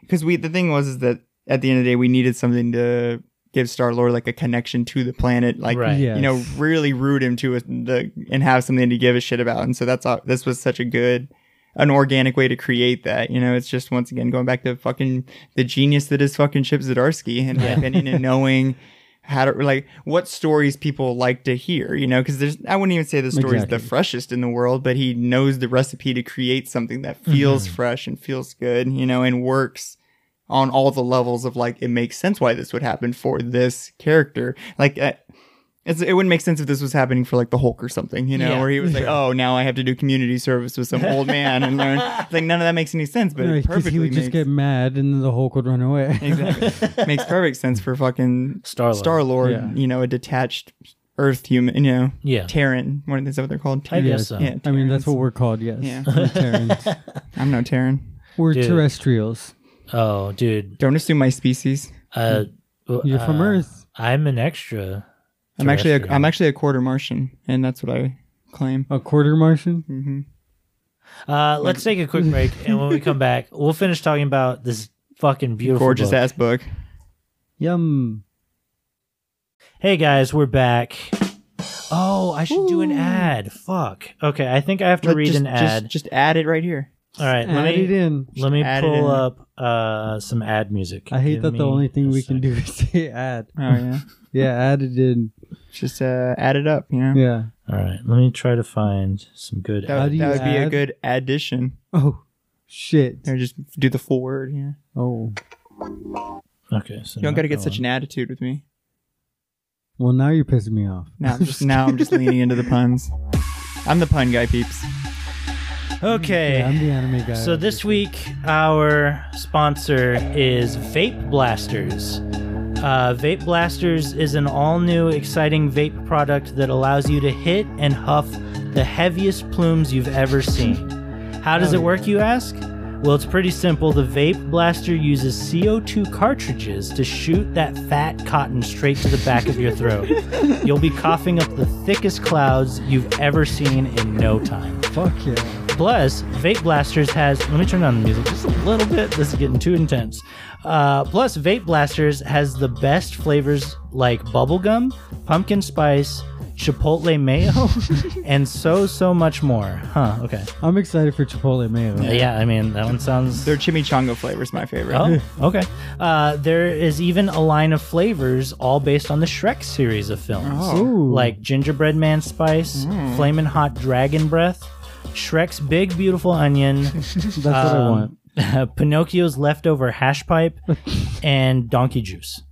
[SPEAKER 3] because we the thing was is that at the end of the day we needed something to give Star Lord like a connection to the planet, like
[SPEAKER 1] Right.
[SPEAKER 2] Yes.
[SPEAKER 3] you know, really root him to a, the and have something to give a shit about. And so that's all, this was such a good, an organic way to create that. You know, it's just once again going back to fucking the genius that is fucking Chip Zdarsky, in my
[SPEAKER 2] (laughs)
[SPEAKER 3] opinion, and knowing. How to like what stories people like to hear, you know? Because there's, I wouldn't even say the story's the
[SPEAKER 2] Exactly.
[SPEAKER 3] freshest in the world, but he knows the recipe to create something that feels
[SPEAKER 2] Mm-hmm.
[SPEAKER 3] fresh and feels good, you know, and works on all the levels of like it makes sense why this would happen for this character. Like uh, it's, it wouldn't make sense if this was happening for like the Hulk or something, you know,
[SPEAKER 1] Yeah.
[SPEAKER 3] where he was like, "Oh, now I have to do community service with some old man
[SPEAKER 2] (laughs)
[SPEAKER 3] and learn." It's like none of that makes any sense, but
[SPEAKER 2] Right,
[SPEAKER 3] it
[SPEAKER 2] 'cause
[SPEAKER 3] perfectly
[SPEAKER 2] he would
[SPEAKER 3] makes
[SPEAKER 2] just get mad and then the Hulk would run away. (laughs)
[SPEAKER 3] (laughs) exactly makes perfect sense for fucking
[SPEAKER 1] Star-Lord.
[SPEAKER 3] Star Lord,
[SPEAKER 2] Yeah.
[SPEAKER 3] you know, a detached Earth human, you know,
[SPEAKER 1] Yeah.
[SPEAKER 3] Terran. What is that? What they're called?
[SPEAKER 1] I
[SPEAKER 3] Terran.
[SPEAKER 1] guess
[SPEAKER 2] Yes.
[SPEAKER 1] so.
[SPEAKER 3] Yeah,
[SPEAKER 2] I mean, that's
[SPEAKER 3] Terrans.
[SPEAKER 2] what we're called, yes. (laughs)
[SPEAKER 3] Yeah.
[SPEAKER 1] (laughs)
[SPEAKER 2] We're Terrans.
[SPEAKER 3] I'm no Terran.
[SPEAKER 2] We're
[SPEAKER 1] Dude.
[SPEAKER 2] terrestrials.
[SPEAKER 1] Oh, dude.
[SPEAKER 3] Don't assume my species.
[SPEAKER 1] Uh,
[SPEAKER 2] You're from
[SPEAKER 1] uh,
[SPEAKER 2] Earth.
[SPEAKER 1] I'm an extra.
[SPEAKER 3] I'm actually a,
[SPEAKER 1] Terrestrial.
[SPEAKER 3] I'm actually a quarter Martian, and that's what I claim. Mm-hmm.
[SPEAKER 2] A quarter Martian?
[SPEAKER 1] Uh, let's take a quick break, and when we come back, we'll finish talking about this fucking beautiful,
[SPEAKER 3] Gorgeous
[SPEAKER 1] book.
[SPEAKER 3] ass book.
[SPEAKER 2] Yum.
[SPEAKER 1] Hey guys, we're back. Oh, I should do an ad. Fuck. Okay, I think I have to
[SPEAKER 3] Let-
[SPEAKER 1] read
[SPEAKER 3] just,
[SPEAKER 1] an
[SPEAKER 3] just-
[SPEAKER 1] ad.
[SPEAKER 3] Just, add it right here.
[SPEAKER 1] All right, let
[SPEAKER 2] Add it
[SPEAKER 1] me
[SPEAKER 2] in.
[SPEAKER 1] let me
[SPEAKER 3] add it
[SPEAKER 1] pull
[SPEAKER 3] in.
[SPEAKER 1] up uh some ad music.
[SPEAKER 2] I hate
[SPEAKER 1] Give
[SPEAKER 2] that the
[SPEAKER 1] me
[SPEAKER 2] only
[SPEAKER 1] a
[SPEAKER 2] thing we
[SPEAKER 1] sec.
[SPEAKER 2] can do is (laughs) say add.
[SPEAKER 3] Oh yeah.
[SPEAKER 2] Yeah, add it in.
[SPEAKER 3] (laughs) just uh, add it up. You know.
[SPEAKER 2] Yeah.
[SPEAKER 1] All right, let me try to find some good.
[SPEAKER 3] That,
[SPEAKER 2] How
[SPEAKER 1] ad.
[SPEAKER 3] would-
[SPEAKER 2] do
[SPEAKER 3] that
[SPEAKER 2] you
[SPEAKER 3] would be a
[SPEAKER 2] add?
[SPEAKER 3] good addition.
[SPEAKER 2] Oh, shit.
[SPEAKER 3] Or just do the full word. Yeah.
[SPEAKER 2] Oh.
[SPEAKER 1] Okay, so
[SPEAKER 3] You don't
[SPEAKER 1] not
[SPEAKER 3] got to
[SPEAKER 1] that
[SPEAKER 3] get such
[SPEAKER 1] one.
[SPEAKER 3] an attitude with me.
[SPEAKER 2] Well, now you're pissing me off.
[SPEAKER 3] Now
[SPEAKER 2] (laughs)
[SPEAKER 3] I'm just now I'm just leaning into the puns. I'm the pun guy, peeps.
[SPEAKER 1] Okay.
[SPEAKER 2] Yeah, I'm the anime guy.
[SPEAKER 1] So this week, our sponsor is Vape Blasters. Uh, vape Blasters is an all-new, exciting vape product that allows you to hit and huff the heaviest plumes you've ever seen. How does it work, you ask? Well, it's pretty simple. The Vape Blaster uses CO2 cartridges to shoot that fat cotton straight to the back of your throat. You'll be coughing up the thickest clouds you've ever seen in no time.
[SPEAKER 2] Fuck yeah.
[SPEAKER 1] Plus, Vape Blasters has. Let me turn down the music just a little bit. This is getting too intense. Uh, plus, Vape Blasters has the best flavors like bubblegum, pumpkin spice, chipotle mayo, (laughs) and so, so much more. Huh, okay.
[SPEAKER 2] I'm excited for Chipotle mayo.
[SPEAKER 1] Yeah, I mean, that one sounds.
[SPEAKER 3] Their chimichanga flavor is my favorite.
[SPEAKER 1] (laughs) Oh, okay. Uh, there is even a line of flavors all based on the Shrek series of films,
[SPEAKER 3] Oh.
[SPEAKER 2] Ooh.
[SPEAKER 1] like Gingerbread Man Spice, Flamin' Hot Dragon Breath, Shrek's Big Beautiful Onion,
[SPEAKER 2] that's what I want.
[SPEAKER 1] um, (laughs) Pinocchio's Leftover Hash
[SPEAKER 2] (laughs)
[SPEAKER 1] Pipe, and Donkey Juice.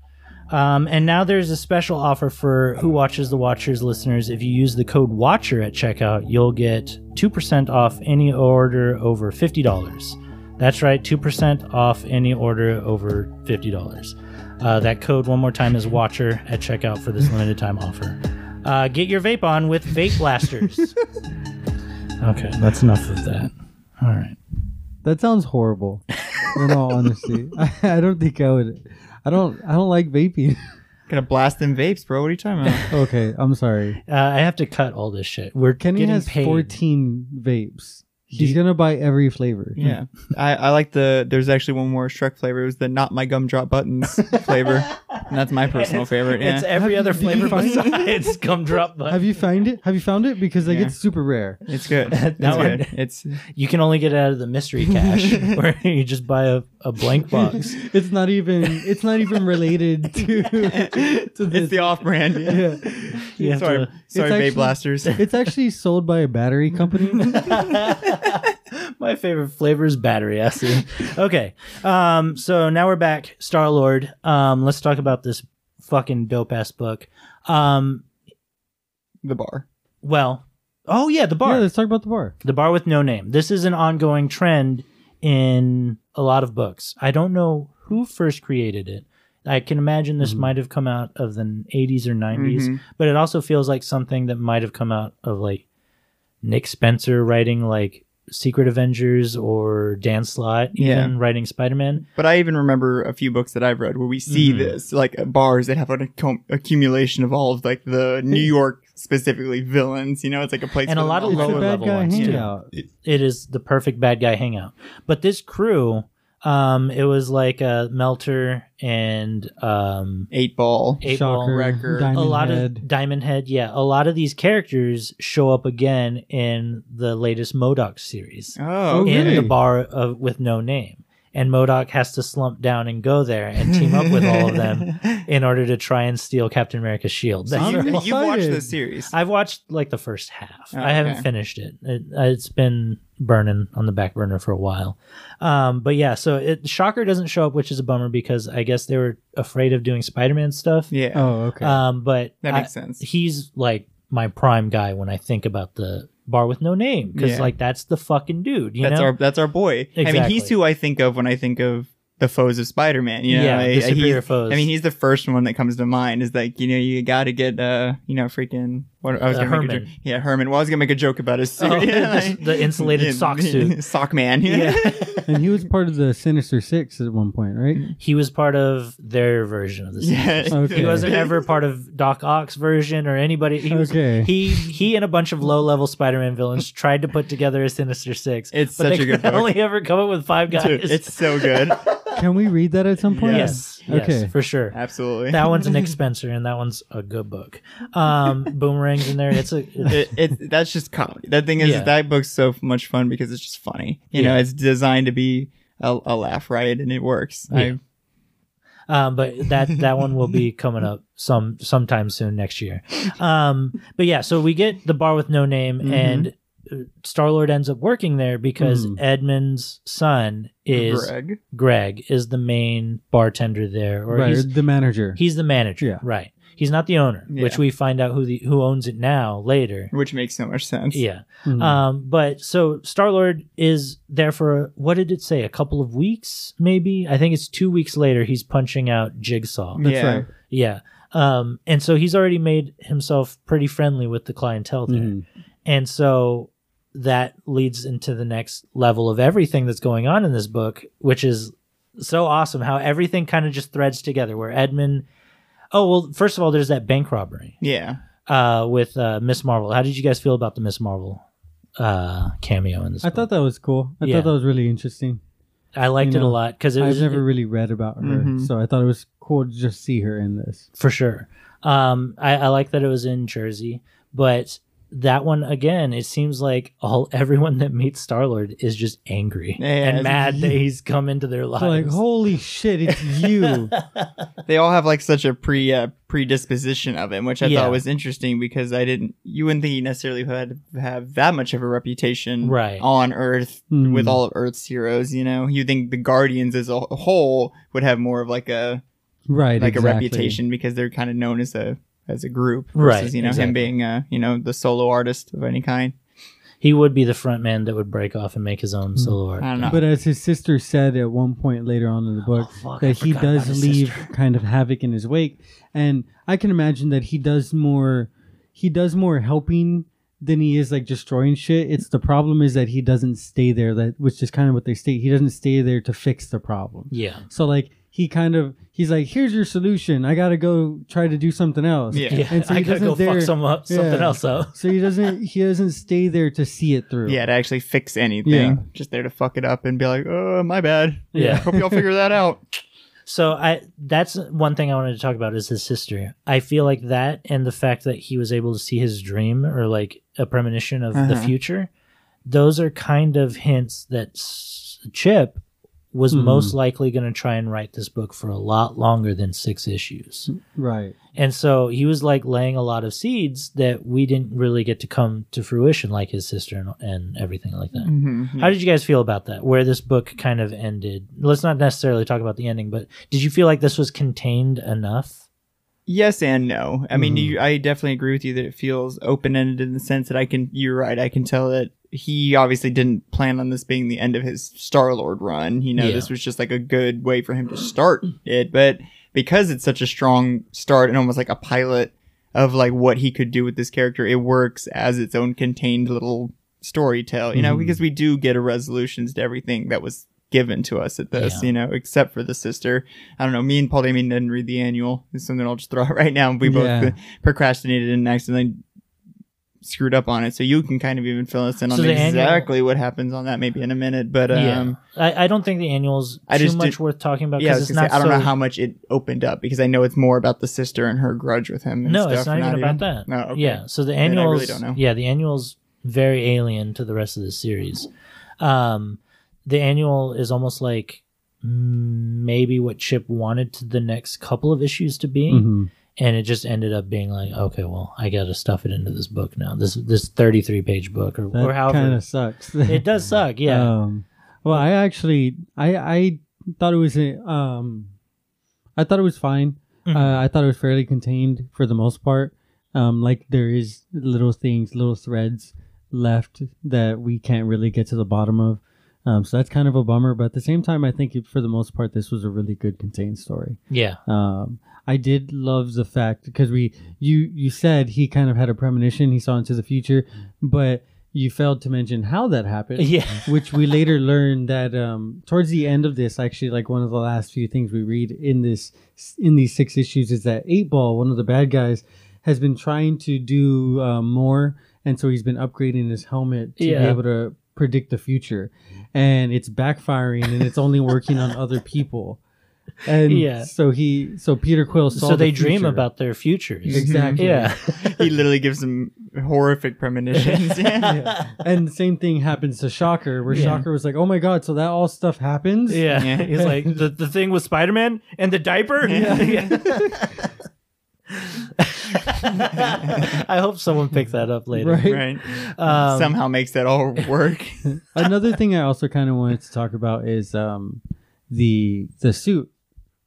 [SPEAKER 1] Um, and now there's a special offer for Who Watches the Watchers listeners. If you use the code WATCHER at checkout, you'll get 2% off any order over $50. That's right, 2% off any order over $50. Uh, that code, one more time, is WATCHER at checkout for this limited time offer. Uh, get your vape on with Vape
[SPEAKER 2] (laughs)
[SPEAKER 1] Blasters. okay, that's enough of that. All right.
[SPEAKER 2] That sounds horrible. in all
[SPEAKER 1] (laughs)
[SPEAKER 2] honesty, (laughs) I, I don't think I would. I don't. I don't like vaping. (laughs)
[SPEAKER 3] Gonna blast them vapes, bro. What are you talking about?
[SPEAKER 2] okay, I'm sorry.
[SPEAKER 1] Uh, I have to cut all this shit. We're
[SPEAKER 2] Kenny
[SPEAKER 1] getting
[SPEAKER 2] has
[SPEAKER 1] paid.
[SPEAKER 2] 14 vapes. He's gonna buy every flavor.
[SPEAKER 3] yeah. I, I like the, there's actually one more Shrek flavor. It was the not my gumdrop buttons flavor. And that's my personal favorite. Yeah.
[SPEAKER 1] It's every other
[SPEAKER 2] you- did
[SPEAKER 1] flavor
[SPEAKER 2] you find it?
[SPEAKER 1] besides (laughs) gumdrop. But
[SPEAKER 2] Have you found it? Have you found it? Because they
[SPEAKER 3] Yeah.
[SPEAKER 2] get super rare.
[SPEAKER 3] It's good. It's
[SPEAKER 1] That one-
[SPEAKER 3] good. It's
[SPEAKER 1] you can only get it out of the mystery
[SPEAKER 2] (laughs)
[SPEAKER 1] cache where you just buy a, a blank (laughs) box.
[SPEAKER 2] It's not even. It's not
[SPEAKER 1] (laughs)
[SPEAKER 2] even related to. (laughs) to
[SPEAKER 3] it's
[SPEAKER 2] this.
[SPEAKER 3] the off brand. Yeah.
[SPEAKER 2] yeah.
[SPEAKER 1] You have
[SPEAKER 3] sorry,
[SPEAKER 1] to-
[SPEAKER 3] sorry,
[SPEAKER 2] It's actually- (laughs)
[SPEAKER 3] vape blasters.
[SPEAKER 2] It's actually sold by a battery company.
[SPEAKER 1] My favorite flavor is battery acid. Okay, um, so now we're back, Star Lord. Um, let's talk about this fucking dope ass book. Um,
[SPEAKER 3] the bar.
[SPEAKER 1] well, oh yeah, the (laughs)
[SPEAKER 2] Yeah,
[SPEAKER 1] bar,
[SPEAKER 2] let's talk about the bar.
[SPEAKER 1] the bar with no name. This is an ongoing trend in a lot of books. I don't know who first created it. I can imagine this might have come out of the 80s or 90s,
[SPEAKER 3] Mhm.
[SPEAKER 1] but it also feels like something that might have come out of like Nick Spencer writing like Secret Avengers or Dan Slott even writing Spider-Man.
[SPEAKER 3] But I even remember a few books that I've read where we see
[SPEAKER 2] Mm-hmm.
[SPEAKER 1] Mhm.
[SPEAKER 3] this, like uh, bars that have an accom- accumulation of all of like the New York specifically villains. You know, it's like a place
[SPEAKER 1] And a
[SPEAKER 3] for them
[SPEAKER 1] lot of
[SPEAKER 3] all.
[SPEAKER 2] It's
[SPEAKER 1] lower
[SPEAKER 2] a bad
[SPEAKER 1] level
[SPEAKER 2] guy
[SPEAKER 1] ones, too.
[SPEAKER 2] hangout.
[SPEAKER 1] It is the perfect bad guy hangout. But this crew um it was like uh Melter and um
[SPEAKER 3] eight ball.
[SPEAKER 1] Eight Ball.
[SPEAKER 2] Shocker.
[SPEAKER 3] Wrecker.
[SPEAKER 2] Diamond
[SPEAKER 1] a lot
[SPEAKER 2] Head.
[SPEAKER 1] of Diamond Head, yeah. A lot of these characters show up again in the latest Modoc series
[SPEAKER 3] Oh,
[SPEAKER 2] Okay.
[SPEAKER 1] in
[SPEAKER 2] really?
[SPEAKER 1] the bar of, with no name, and Modoc has to slump down and go there and team up with all of
[SPEAKER 3] (laughs)
[SPEAKER 1] them in order to try and steal Captain America's shield.
[SPEAKER 3] So you,
[SPEAKER 2] I'm
[SPEAKER 3] you've watched
[SPEAKER 2] excited.
[SPEAKER 3] this series.
[SPEAKER 1] (laughs) I've watched like the first half.
[SPEAKER 3] Oh,
[SPEAKER 1] I haven't
[SPEAKER 3] okay.
[SPEAKER 1] finished it. it. uh, It's been burning on the back burner for a while. Um, but yeah, so it, Shocker doesn't show up, which is a bummer because I guess they were afraid of doing Spider-Man stuff.
[SPEAKER 3] yeah,
[SPEAKER 2] Oh,
[SPEAKER 1] (laughs)
[SPEAKER 2] okay.
[SPEAKER 1] Um, but
[SPEAKER 3] that
[SPEAKER 1] I-
[SPEAKER 3] makes sense.
[SPEAKER 1] he's like my prime guy when I think about the bar with no name because
[SPEAKER 3] Yeah.
[SPEAKER 1] like that's the fucking dude. You
[SPEAKER 3] that's
[SPEAKER 1] know?
[SPEAKER 3] our that's our boy. I mean, he's
[SPEAKER 1] Exactly.
[SPEAKER 3] who I think of when I think of the foes of Spider-Man. You know,
[SPEAKER 1] yeah,
[SPEAKER 3] I,
[SPEAKER 1] the
[SPEAKER 3] I- he's-
[SPEAKER 1] superior foes.
[SPEAKER 3] I mean, he's the first one that comes to mind. Is like you know you got to get uh you know freaking what I was
[SPEAKER 1] Uh,
[SPEAKER 3] gonna make a
[SPEAKER 1] Herman.
[SPEAKER 3] jo- yeah Herman. Well, I was gonna make a joke about his suit, (laughs)
[SPEAKER 1] Oh,
[SPEAKER 3] Yeah,
[SPEAKER 1] this- (laughs) the insulated
[SPEAKER 3] (laughs)
[SPEAKER 1] sock suit.
[SPEAKER 3] sock man.
[SPEAKER 1] Yeah.
[SPEAKER 3] (laughs)
[SPEAKER 1] (laughs)
[SPEAKER 2] and he was part of the Sinister Six at one point, right?
[SPEAKER 1] he was part of their version of the Sinister
[SPEAKER 3] Yeah.
[SPEAKER 1] Six.
[SPEAKER 2] Okay.
[SPEAKER 1] He
[SPEAKER 3] (laughs)
[SPEAKER 1] wasn't ever part of Doc Ock's version or anybody. He was,
[SPEAKER 2] Okay.
[SPEAKER 1] He he and a bunch of low level Spider Man villains tried to put together a Sinister Six.
[SPEAKER 3] It's
[SPEAKER 1] but
[SPEAKER 3] such
[SPEAKER 1] they
[SPEAKER 3] a good
[SPEAKER 1] (laughs) could
[SPEAKER 3] book.
[SPEAKER 1] only ever come up with five guys.
[SPEAKER 3] Dude, it's
[SPEAKER 1] (laughs)
[SPEAKER 3] so good.
[SPEAKER 2] Can we read that at some point?
[SPEAKER 1] yes, yes,
[SPEAKER 2] Okay.
[SPEAKER 1] for sure.
[SPEAKER 3] Absolutely.
[SPEAKER 1] That
[SPEAKER 3] (laughs)
[SPEAKER 1] one's Nick Spencer, and that one's a good book. Um, Boomerang's in there. It's a it's
[SPEAKER 3] it, it that's just comedy. That thing is
[SPEAKER 1] Yeah.
[SPEAKER 3] that book's so f- much fun because it's just funny. You know,
[SPEAKER 1] Yeah.
[SPEAKER 3] it's designed to be a, a laugh riot, and it works.
[SPEAKER 1] Yeah. um, but that that one will be coming up some sometime soon next year. Um, but yeah, so we get the bar with no name,
[SPEAKER 3] Mhm.
[SPEAKER 1] and Star Lord ends up working there because
[SPEAKER 2] Mhm.
[SPEAKER 1] Edmund's son is Greg.
[SPEAKER 3] Greg.
[SPEAKER 1] is the main bartender there, or
[SPEAKER 2] right,
[SPEAKER 1] he's
[SPEAKER 2] the manager.
[SPEAKER 1] he's the manager,
[SPEAKER 2] Yeah.
[SPEAKER 1] right? He's not the owner, which
[SPEAKER 3] Yeah.
[SPEAKER 1] we find out who the who owns it now later.
[SPEAKER 3] which makes so much sense.
[SPEAKER 1] Yeah.
[SPEAKER 2] Mhm.
[SPEAKER 1] Um, but so Star Lord is there for what did it say? A couple of weeks, maybe. I think it's two weeks later. He's punching out Jigsaw.
[SPEAKER 2] That's
[SPEAKER 3] yeah.
[SPEAKER 2] right.
[SPEAKER 1] Yeah. Um, and so he's already made himself pretty friendly with the clientele there.
[SPEAKER 2] Mhm.
[SPEAKER 1] And so that leads into the next level of everything that's going on in this book, which is so awesome how everything kind of just threads together where Edmund Oh, well, first of all, there's that bank robbery
[SPEAKER 3] Yeah.
[SPEAKER 1] uh, with uh, Miss Marvel. How did you guys feel about the Miss Marvel uh, cameo in this.
[SPEAKER 2] I thought that was cool. I
[SPEAKER 1] Yeah.
[SPEAKER 2] thought that was really interesting.
[SPEAKER 1] I liked it
[SPEAKER 2] you
[SPEAKER 1] a
[SPEAKER 2] know,
[SPEAKER 1] lot because it Mm-hmm.
[SPEAKER 2] I've
[SPEAKER 1] was
[SPEAKER 2] never really read about her,
[SPEAKER 3] Mhm.
[SPEAKER 2] so I thought it was cool to just see her in this.
[SPEAKER 1] for sure. Um, I, I like that it was in Jersey, but that one again, it seems like all (laughs) everyone that meets Star Lord is just angry
[SPEAKER 3] Yeah,
[SPEAKER 1] and
[SPEAKER 3] it's-
[SPEAKER 1] mad that he's come into their
[SPEAKER 2] So like,
[SPEAKER 1] lives.
[SPEAKER 2] holy shit, it's
[SPEAKER 1] (laughs)
[SPEAKER 2] you.
[SPEAKER 3] they all have like such a pre uh, predisposition of him, which I
[SPEAKER 1] Yeah.
[SPEAKER 3] thought was interesting because I didn't. You wouldn't think he necessarily had have that much of a reputation
[SPEAKER 1] Right. Mm.
[SPEAKER 3] on Earth
[SPEAKER 2] Hmm.
[SPEAKER 3] with all of Earth's heroes. You know, you think the Guardians as a whole would have more of like a
[SPEAKER 2] right.
[SPEAKER 3] like
[SPEAKER 2] exactly.
[SPEAKER 3] a reputation because they're kind of known as a as a group
[SPEAKER 1] Right,
[SPEAKER 3] versus you know
[SPEAKER 1] exactly.
[SPEAKER 3] him being uh you know the solo artist of any kind.
[SPEAKER 1] he would be the front man that would break off and make his
[SPEAKER 2] Hmm.
[SPEAKER 1] own solo art.
[SPEAKER 3] I don't know.
[SPEAKER 2] But as his sister said at one point later on in the book,
[SPEAKER 1] Oh, fuck, I
[SPEAKER 2] that he
[SPEAKER 1] forgot about
[SPEAKER 2] does
[SPEAKER 1] his
[SPEAKER 2] leave
[SPEAKER 1] sister.
[SPEAKER 2] kind of havoc in his wake, and I can imagine that he does more. He does more helping than he is like destroying shit. It's the problem is that he doesn't stay there. That which is kind of what they state. He doesn't stay there to fix the problem.
[SPEAKER 1] Yeah.
[SPEAKER 2] So like he kind of he's like, here's your solution. I gotta go try to do something else.
[SPEAKER 3] Yeah.
[SPEAKER 1] Yeah. (laughs)
[SPEAKER 2] And so
[SPEAKER 1] I
[SPEAKER 2] he
[SPEAKER 1] gotta go
[SPEAKER 2] doesn't
[SPEAKER 1] fuck
[SPEAKER 2] dare-
[SPEAKER 1] some up, something
[SPEAKER 2] yeah.
[SPEAKER 1] else up.
[SPEAKER 2] So he doesn't he doesn't stay there to see it through.
[SPEAKER 3] Yeah, to actually fix anything,
[SPEAKER 2] Yeah.
[SPEAKER 3] just there to fuck it up and be like, "Oh, my bad."
[SPEAKER 1] Yeah.
[SPEAKER 3] hope y'all figure that
[SPEAKER 1] (laughs)
[SPEAKER 3] out.
[SPEAKER 1] So I that's one thing I wanted to talk about is his sister. I feel like that and the fact that he was able to see his dream or like a premonition of the
[SPEAKER 3] Uh-huh.
[SPEAKER 1] future, those are kind of hints that S- Chip was
[SPEAKER 2] Mhm.
[SPEAKER 1] most likely going to try and write this book for a lot longer than 6 issues.
[SPEAKER 2] Right.
[SPEAKER 1] And so he was like laying a lot of seeds that we didn't really get to come to fruition like his sister and, and everything like that.
[SPEAKER 3] Mhm.
[SPEAKER 1] How did you guys feel about that? Where this book kind of ended? Let's not necessarily talk about the ending, but did you feel like this was contained enough?
[SPEAKER 3] Yes and no. I mean,
[SPEAKER 1] Mm-hmm.
[SPEAKER 2] Mhm.
[SPEAKER 3] you, I definitely agree with you that it feels open ended in the sense that I can. You're right. I can tell that he obviously didn't plan on this being the end of his Star Lord run. You know,
[SPEAKER 1] Yeah.
[SPEAKER 3] this was just like a good way for him to start it. But because it's such a strong start and almost like a pilot of like what he could do with this character, it works as its own contained little story tell. You
[SPEAKER 1] Mm-hmm.
[SPEAKER 3] know,
[SPEAKER 2] Mhm.
[SPEAKER 3] because we do get a resolutions to everything that was given to us at this.
[SPEAKER 1] Yeah.
[SPEAKER 3] You know, except for the sister. I don't know. Me and Paul Damien didn't read the annual. It's something I'll just throw out (laughs) right now. We both uh,
[SPEAKER 2] Yeah.
[SPEAKER 3] procrastinated and accidentally screwed up on it. So you can kind of even fill us in
[SPEAKER 1] So
[SPEAKER 3] on
[SPEAKER 1] the annual-
[SPEAKER 3] exactly what happens on that maybe in a minute. But um,
[SPEAKER 1] I, I don't think the annual's
[SPEAKER 3] I
[SPEAKER 1] too
[SPEAKER 3] just
[SPEAKER 1] much
[SPEAKER 3] didn't-
[SPEAKER 1] worth talking about
[SPEAKER 3] yeah, I,
[SPEAKER 1] because
[SPEAKER 3] was
[SPEAKER 1] it's
[SPEAKER 3] gonna
[SPEAKER 1] not
[SPEAKER 3] say, I don't
[SPEAKER 1] so,
[SPEAKER 3] know how much it opened up because I know it's more about the sister and her grudge with him. And
[SPEAKER 1] No,
[SPEAKER 3] stuff,
[SPEAKER 1] it's not even about that.
[SPEAKER 3] No, okay.
[SPEAKER 1] Yeah. So the
[SPEAKER 3] I really
[SPEAKER 1] annuals
[SPEAKER 3] don't know.
[SPEAKER 1] Yeah, the annual's very alien to the rest of the series. Um the annual is almost like mm, maybe what Chip wanted to the next couple of issues to be.
[SPEAKER 2] hmm
[SPEAKER 1] and it just ended up being like, okay, well, I got to stuff it into this book now. This this thirty three page book or, or
[SPEAKER 2] That kind
[SPEAKER 1] however
[SPEAKER 2] of sucks.
[SPEAKER 1] it does suck. Yeah,
[SPEAKER 2] Um, well, I actually, I, I thought it was, a, um, I thought it was fine.
[SPEAKER 1] Mhm.
[SPEAKER 2] Uh, I thought it was fairly contained for the most part. Um, like there is little things, little threads left that we can't really get to the bottom of. Um, so that's kind of a bummer. But at the same time, I think it, for the most part, this was a really good contained story.
[SPEAKER 1] yeah,
[SPEAKER 2] Um, I did love the fact because we you you said he kind of had a premonition he saw into the future, but you failed to mention how that
[SPEAKER 1] (laughs)
[SPEAKER 2] happened
[SPEAKER 1] yeah,
[SPEAKER 2] which we later learned that um, towards the end of this, actually, like one of the last few things we read in this in these six issues is that Eight Ball, one of the bad guys, has been trying to do uh, more, and so he's been upgrading his helmet to be
[SPEAKER 1] Yeah.
[SPEAKER 2] able to predict the future, and it's backfiring, and it's only working on other people, and
[SPEAKER 1] Yeah.
[SPEAKER 2] so he, so Peter Quill, saw
[SPEAKER 1] So
[SPEAKER 2] the
[SPEAKER 1] they dream
[SPEAKER 2] future.
[SPEAKER 1] about their futures.
[SPEAKER 2] exactly,
[SPEAKER 1] Yeah,
[SPEAKER 3] (laughs) he literally gives him horrific
[SPEAKER 1] (laughs)
[SPEAKER 3] premonitions. (laughs) yeah.
[SPEAKER 2] Yeah. And the same thing happens to Shocker, where
[SPEAKER 1] Yeah.
[SPEAKER 2] Shocker was like, "Oh my god!" So that all stuff happens.
[SPEAKER 1] (laughs) yeah.
[SPEAKER 3] Yeah.
[SPEAKER 1] He's
[SPEAKER 2] (laughs)
[SPEAKER 1] like the the thing with Spider Man and the diaper. (laughs)
[SPEAKER 3] Yeah.
[SPEAKER 1] I hope someone picked that up later.
[SPEAKER 2] Right.
[SPEAKER 3] Right.
[SPEAKER 1] Um,
[SPEAKER 3] Somehow makes that all
[SPEAKER 1] (laughs)
[SPEAKER 3] work.
[SPEAKER 2] Another thing I also kind of wanted to talk about is um the the suit.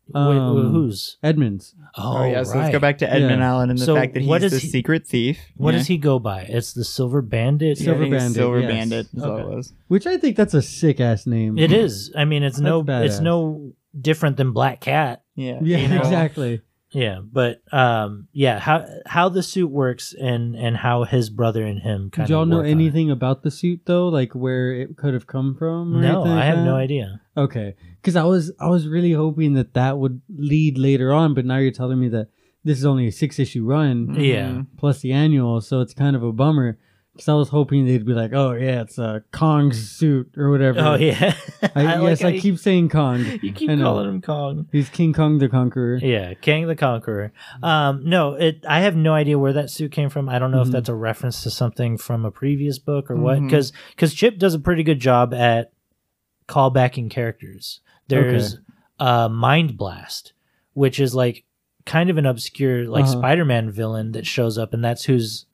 [SPEAKER 1] wait,
[SPEAKER 2] Um,
[SPEAKER 1] who's?
[SPEAKER 2] Edmonds.
[SPEAKER 1] Oh,
[SPEAKER 3] yeah. So let's go
[SPEAKER 1] right.
[SPEAKER 3] back to Edmund
[SPEAKER 2] Yeah.
[SPEAKER 3] Allen and the
[SPEAKER 1] So
[SPEAKER 3] fact that he's
[SPEAKER 1] what
[SPEAKER 3] the
[SPEAKER 1] is he-
[SPEAKER 3] secret thief.
[SPEAKER 1] What
[SPEAKER 3] Yeah.
[SPEAKER 1] does he go by? It's the Silver Bandit.
[SPEAKER 3] Yeah, I
[SPEAKER 2] Silver
[SPEAKER 3] think it's
[SPEAKER 2] Bandit,
[SPEAKER 3] Silver
[SPEAKER 2] yes.
[SPEAKER 3] Bandit. Is all it
[SPEAKER 1] Okay.
[SPEAKER 3] was.
[SPEAKER 2] Which I think that's a sick ass name.
[SPEAKER 1] It is. I mean, it's no.
[SPEAKER 2] That's
[SPEAKER 1] It's
[SPEAKER 2] badass.
[SPEAKER 1] no different than Black Cat.
[SPEAKER 3] Yeah.
[SPEAKER 2] Yeah,
[SPEAKER 1] you know.
[SPEAKER 2] exactly.
[SPEAKER 1] Yeah, but um, yeah. How how the suit works and and how his brother and him kind
[SPEAKER 2] Do y'all
[SPEAKER 1] of
[SPEAKER 2] know
[SPEAKER 1] work on it.
[SPEAKER 2] anything about the suit though? Like where it could have come from? or
[SPEAKER 1] No,
[SPEAKER 2] anything like
[SPEAKER 1] I have
[SPEAKER 2] that?
[SPEAKER 1] no idea.
[SPEAKER 2] Okay, because I was I was really hoping that that would lead later on, but now you're telling me that this is only a six issue run
[SPEAKER 1] Mm-hmm. Yeah.
[SPEAKER 2] plus the annual, so it's kind of a bummer. because I was hoping they'd be like, "Oh yeah, it's uh, Kong's suit or whatever."
[SPEAKER 1] Oh yeah. (laughs)
[SPEAKER 2] I,
[SPEAKER 1] like
[SPEAKER 2] yes,
[SPEAKER 1] how
[SPEAKER 2] I
[SPEAKER 1] you-
[SPEAKER 2] keep saying Kong.
[SPEAKER 1] You keep
[SPEAKER 2] I know.
[SPEAKER 1] calling him Kong.
[SPEAKER 2] He's King Kong the (laughs) Conqueror.
[SPEAKER 1] Yeah, Kang the Conqueror. Um, no, it. I have no idea where that suit came from. I don't know if
[SPEAKER 2] Mhm.
[SPEAKER 1] that's a reference to something from a previous book or what.
[SPEAKER 2] Mm-hmm.
[SPEAKER 3] Mhm.
[SPEAKER 1] Because Chip does a pretty good job at callbacking characters. There's uh, Mind Blast, which is like kind of an obscure like
[SPEAKER 2] Uh-huh.
[SPEAKER 1] Spider-Man villain that shows up, and that's who's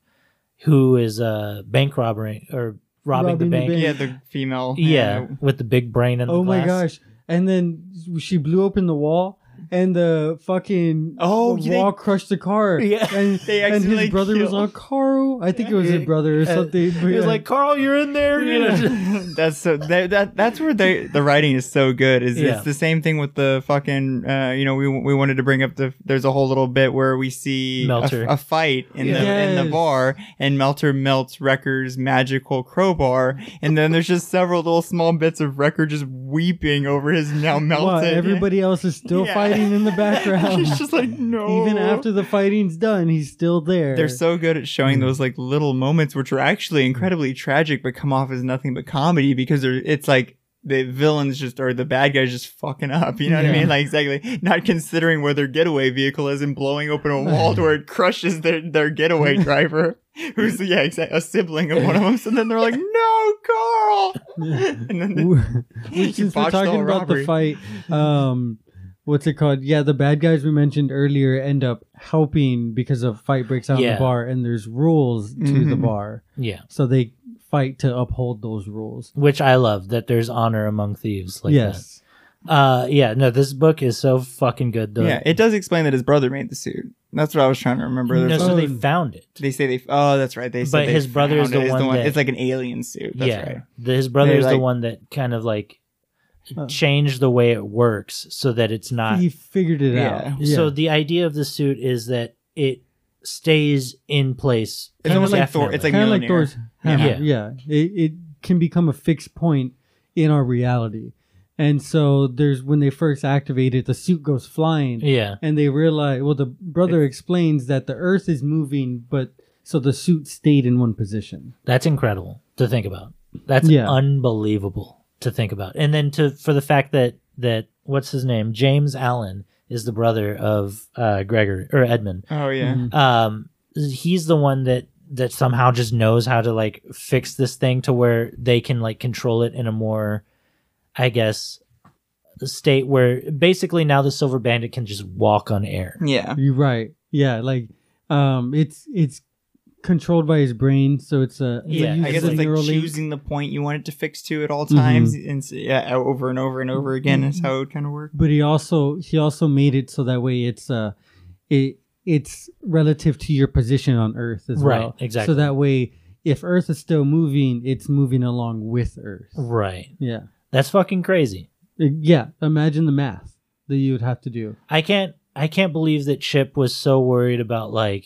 [SPEAKER 1] who is uh, bank robbing or robbing,
[SPEAKER 2] Robbing
[SPEAKER 1] the
[SPEAKER 2] the
[SPEAKER 1] bank.
[SPEAKER 2] bank.
[SPEAKER 3] Yeah, the female.
[SPEAKER 1] Yeah, with the big brain and the
[SPEAKER 2] Oh my
[SPEAKER 1] glass.
[SPEAKER 2] gosh! And then she blew open the wall, and the fucking
[SPEAKER 3] Oh,
[SPEAKER 2] the
[SPEAKER 3] they-
[SPEAKER 2] wall crushed the
[SPEAKER 3] (laughs)
[SPEAKER 2] car.
[SPEAKER 1] Yeah.
[SPEAKER 2] and,
[SPEAKER 3] They
[SPEAKER 2] and
[SPEAKER 3] accidentally
[SPEAKER 2] his brother was
[SPEAKER 3] killed-
[SPEAKER 2] on Carl. I think it was his brother or
[SPEAKER 1] Uh,
[SPEAKER 2] something. but
[SPEAKER 1] He was
[SPEAKER 2] yeah.
[SPEAKER 1] like, Carl, you're in there. you know, just-
[SPEAKER 3] that's so that, that that's where they the writing is so good. Is
[SPEAKER 1] Yeah.
[SPEAKER 3] it's the same thing with the fucking uh, you know we we wanted to bring up the there's a whole little bit where we see a-
[SPEAKER 1] Melter.
[SPEAKER 3] A, fight in the in
[SPEAKER 2] Yes.
[SPEAKER 3] the bar and Melter melts Wrecker's magical crowbar and then there's just several little small bits of Wrecker just weeping over his now melted.
[SPEAKER 2] Wow, everybody else is still
[SPEAKER 3] Yeah.
[SPEAKER 2] fighting
[SPEAKER 3] (laughs)
[SPEAKER 2] in the background.
[SPEAKER 3] He's just like no.
[SPEAKER 2] Even after the fighting's done, he's still there.
[SPEAKER 3] They're so good at
[SPEAKER 2] Hmm.
[SPEAKER 3] showing those like little moments, which are actually incredibly tragic, but come off as nothing but comedy because they're, it's like the villains just or the bad guys just fucking up. You know what
[SPEAKER 2] Yeah.
[SPEAKER 3] I mean? Like exactly not considering where their getaway vehicle is and blowing open
[SPEAKER 2] (laughs)
[SPEAKER 3] a wall to where it crushes their their getaway driver, who's yeah exactly a sibling of one of them. So then they're like, no,
[SPEAKER 2] (laughs)
[SPEAKER 3] Carl, and then the,
[SPEAKER 2] We-
[SPEAKER 3] (laughs) You
[SPEAKER 2] Since we're
[SPEAKER 3] botched the
[SPEAKER 2] talking
[SPEAKER 3] whole
[SPEAKER 2] about the
[SPEAKER 3] robbery.
[SPEAKER 2] fight, um, what's it called? Yeah, the bad guys we mentioned earlier end up helping because a fight breaks out in
[SPEAKER 1] Yeah.
[SPEAKER 2] the bar, and there's rules to the
[SPEAKER 3] Mhm.
[SPEAKER 2] bar,
[SPEAKER 1] (laughs) yeah.
[SPEAKER 2] so they fight to uphold those rules.
[SPEAKER 1] which I love that there's honor among thieves like
[SPEAKER 2] yes,
[SPEAKER 1] that. Uh yeah, no, this book is so fucking good though.
[SPEAKER 3] yeah, it does explain that his brother made the suit. That's what I was trying to remember.
[SPEAKER 1] no,
[SPEAKER 3] There's
[SPEAKER 1] so
[SPEAKER 3] a-
[SPEAKER 1] they
[SPEAKER 2] Oh.
[SPEAKER 1] found it.
[SPEAKER 3] they say they. Oh, that's right. They said
[SPEAKER 1] But
[SPEAKER 3] they
[SPEAKER 1] his brother is
[SPEAKER 3] found
[SPEAKER 1] the
[SPEAKER 3] it. It's
[SPEAKER 1] one that-
[SPEAKER 3] it's like an alien suit. That's
[SPEAKER 1] yeah.
[SPEAKER 3] right.
[SPEAKER 1] The- his brother
[SPEAKER 3] They,
[SPEAKER 1] is the
[SPEAKER 3] like-
[SPEAKER 1] one that kind of like
[SPEAKER 2] Oh.
[SPEAKER 1] changed the way it works so that it's not
[SPEAKER 2] he figured it
[SPEAKER 3] Yeah.
[SPEAKER 2] out. Yeah.
[SPEAKER 1] so the idea of the suit is that it stays in place.
[SPEAKER 3] It's almost like Thor-
[SPEAKER 1] indefinitely.
[SPEAKER 3] it's like
[SPEAKER 2] kind of like
[SPEAKER 3] Mjolnir.
[SPEAKER 2] Thor's hammer.
[SPEAKER 1] Yeah.
[SPEAKER 2] Yeah, It, it can become a fixed point in our reality, and so there's when they first activate it, the suit goes flying.
[SPEAKER 1] Yeah.
[SPEAKER 2] and they realize well the brother explains that the earth is moving but so the suit stayed in one position
[SPEAKER 1] That's incredible to think about. That's
[SPEAKER 2] Yeah.
[SPEAKER 1] unbelievable to think about. And then to for the fact that that what's his name? James Allen is the brother of uh Gregory or Edmund.
[SPEAKER 3] Oh yeah.
[SPEAKER 2] Mhm.
[SPEAKER 1] um he's the one that that somehow just knows how to like fix this thing to where they can like control it in a more i guess state where basically now the silver bandit can just walk on air
[SPEAKER 3] Yeah.
[SPEAKER 2] you're right yeah like um it's it's controlled by his brain so it's a it's a
[SPEAKER 1] Yeah, I
[SPEAKER 2] use
[SPEAKER 3] I
[SPEAKER 2] of
[SPEAKER 3] guess
[SPEAKER 2] the
[SPEAKER 3] it's like
[SPEAKER 2] neural link.
[SPEAKER 3] choosing the point you want it to fix to at
[SPEAKER 1] Mm-hmm.
[SPEAKER 3] all times, and s- yeah, over and over and over again is how it would kind of work.
[SPEAKER 2] but he also he also made it so that way it's uh it it's relative to your position on earth as
[SPEAKER 1] Right,
[SPEAKER 2] well
[SPEAKER 1] exactly.
[SPEAKER 2] so that way if earth is still moving it's moving along with earth
[SPEAKER 1] right
[SPEAKER 2] yeah
[SPEAKER 1] that's fucking crazy
[SPEAKER 2] yeah imagine the math that you would have to do
[SPEAKER 1] i can't i can't believe that chip was so worried about like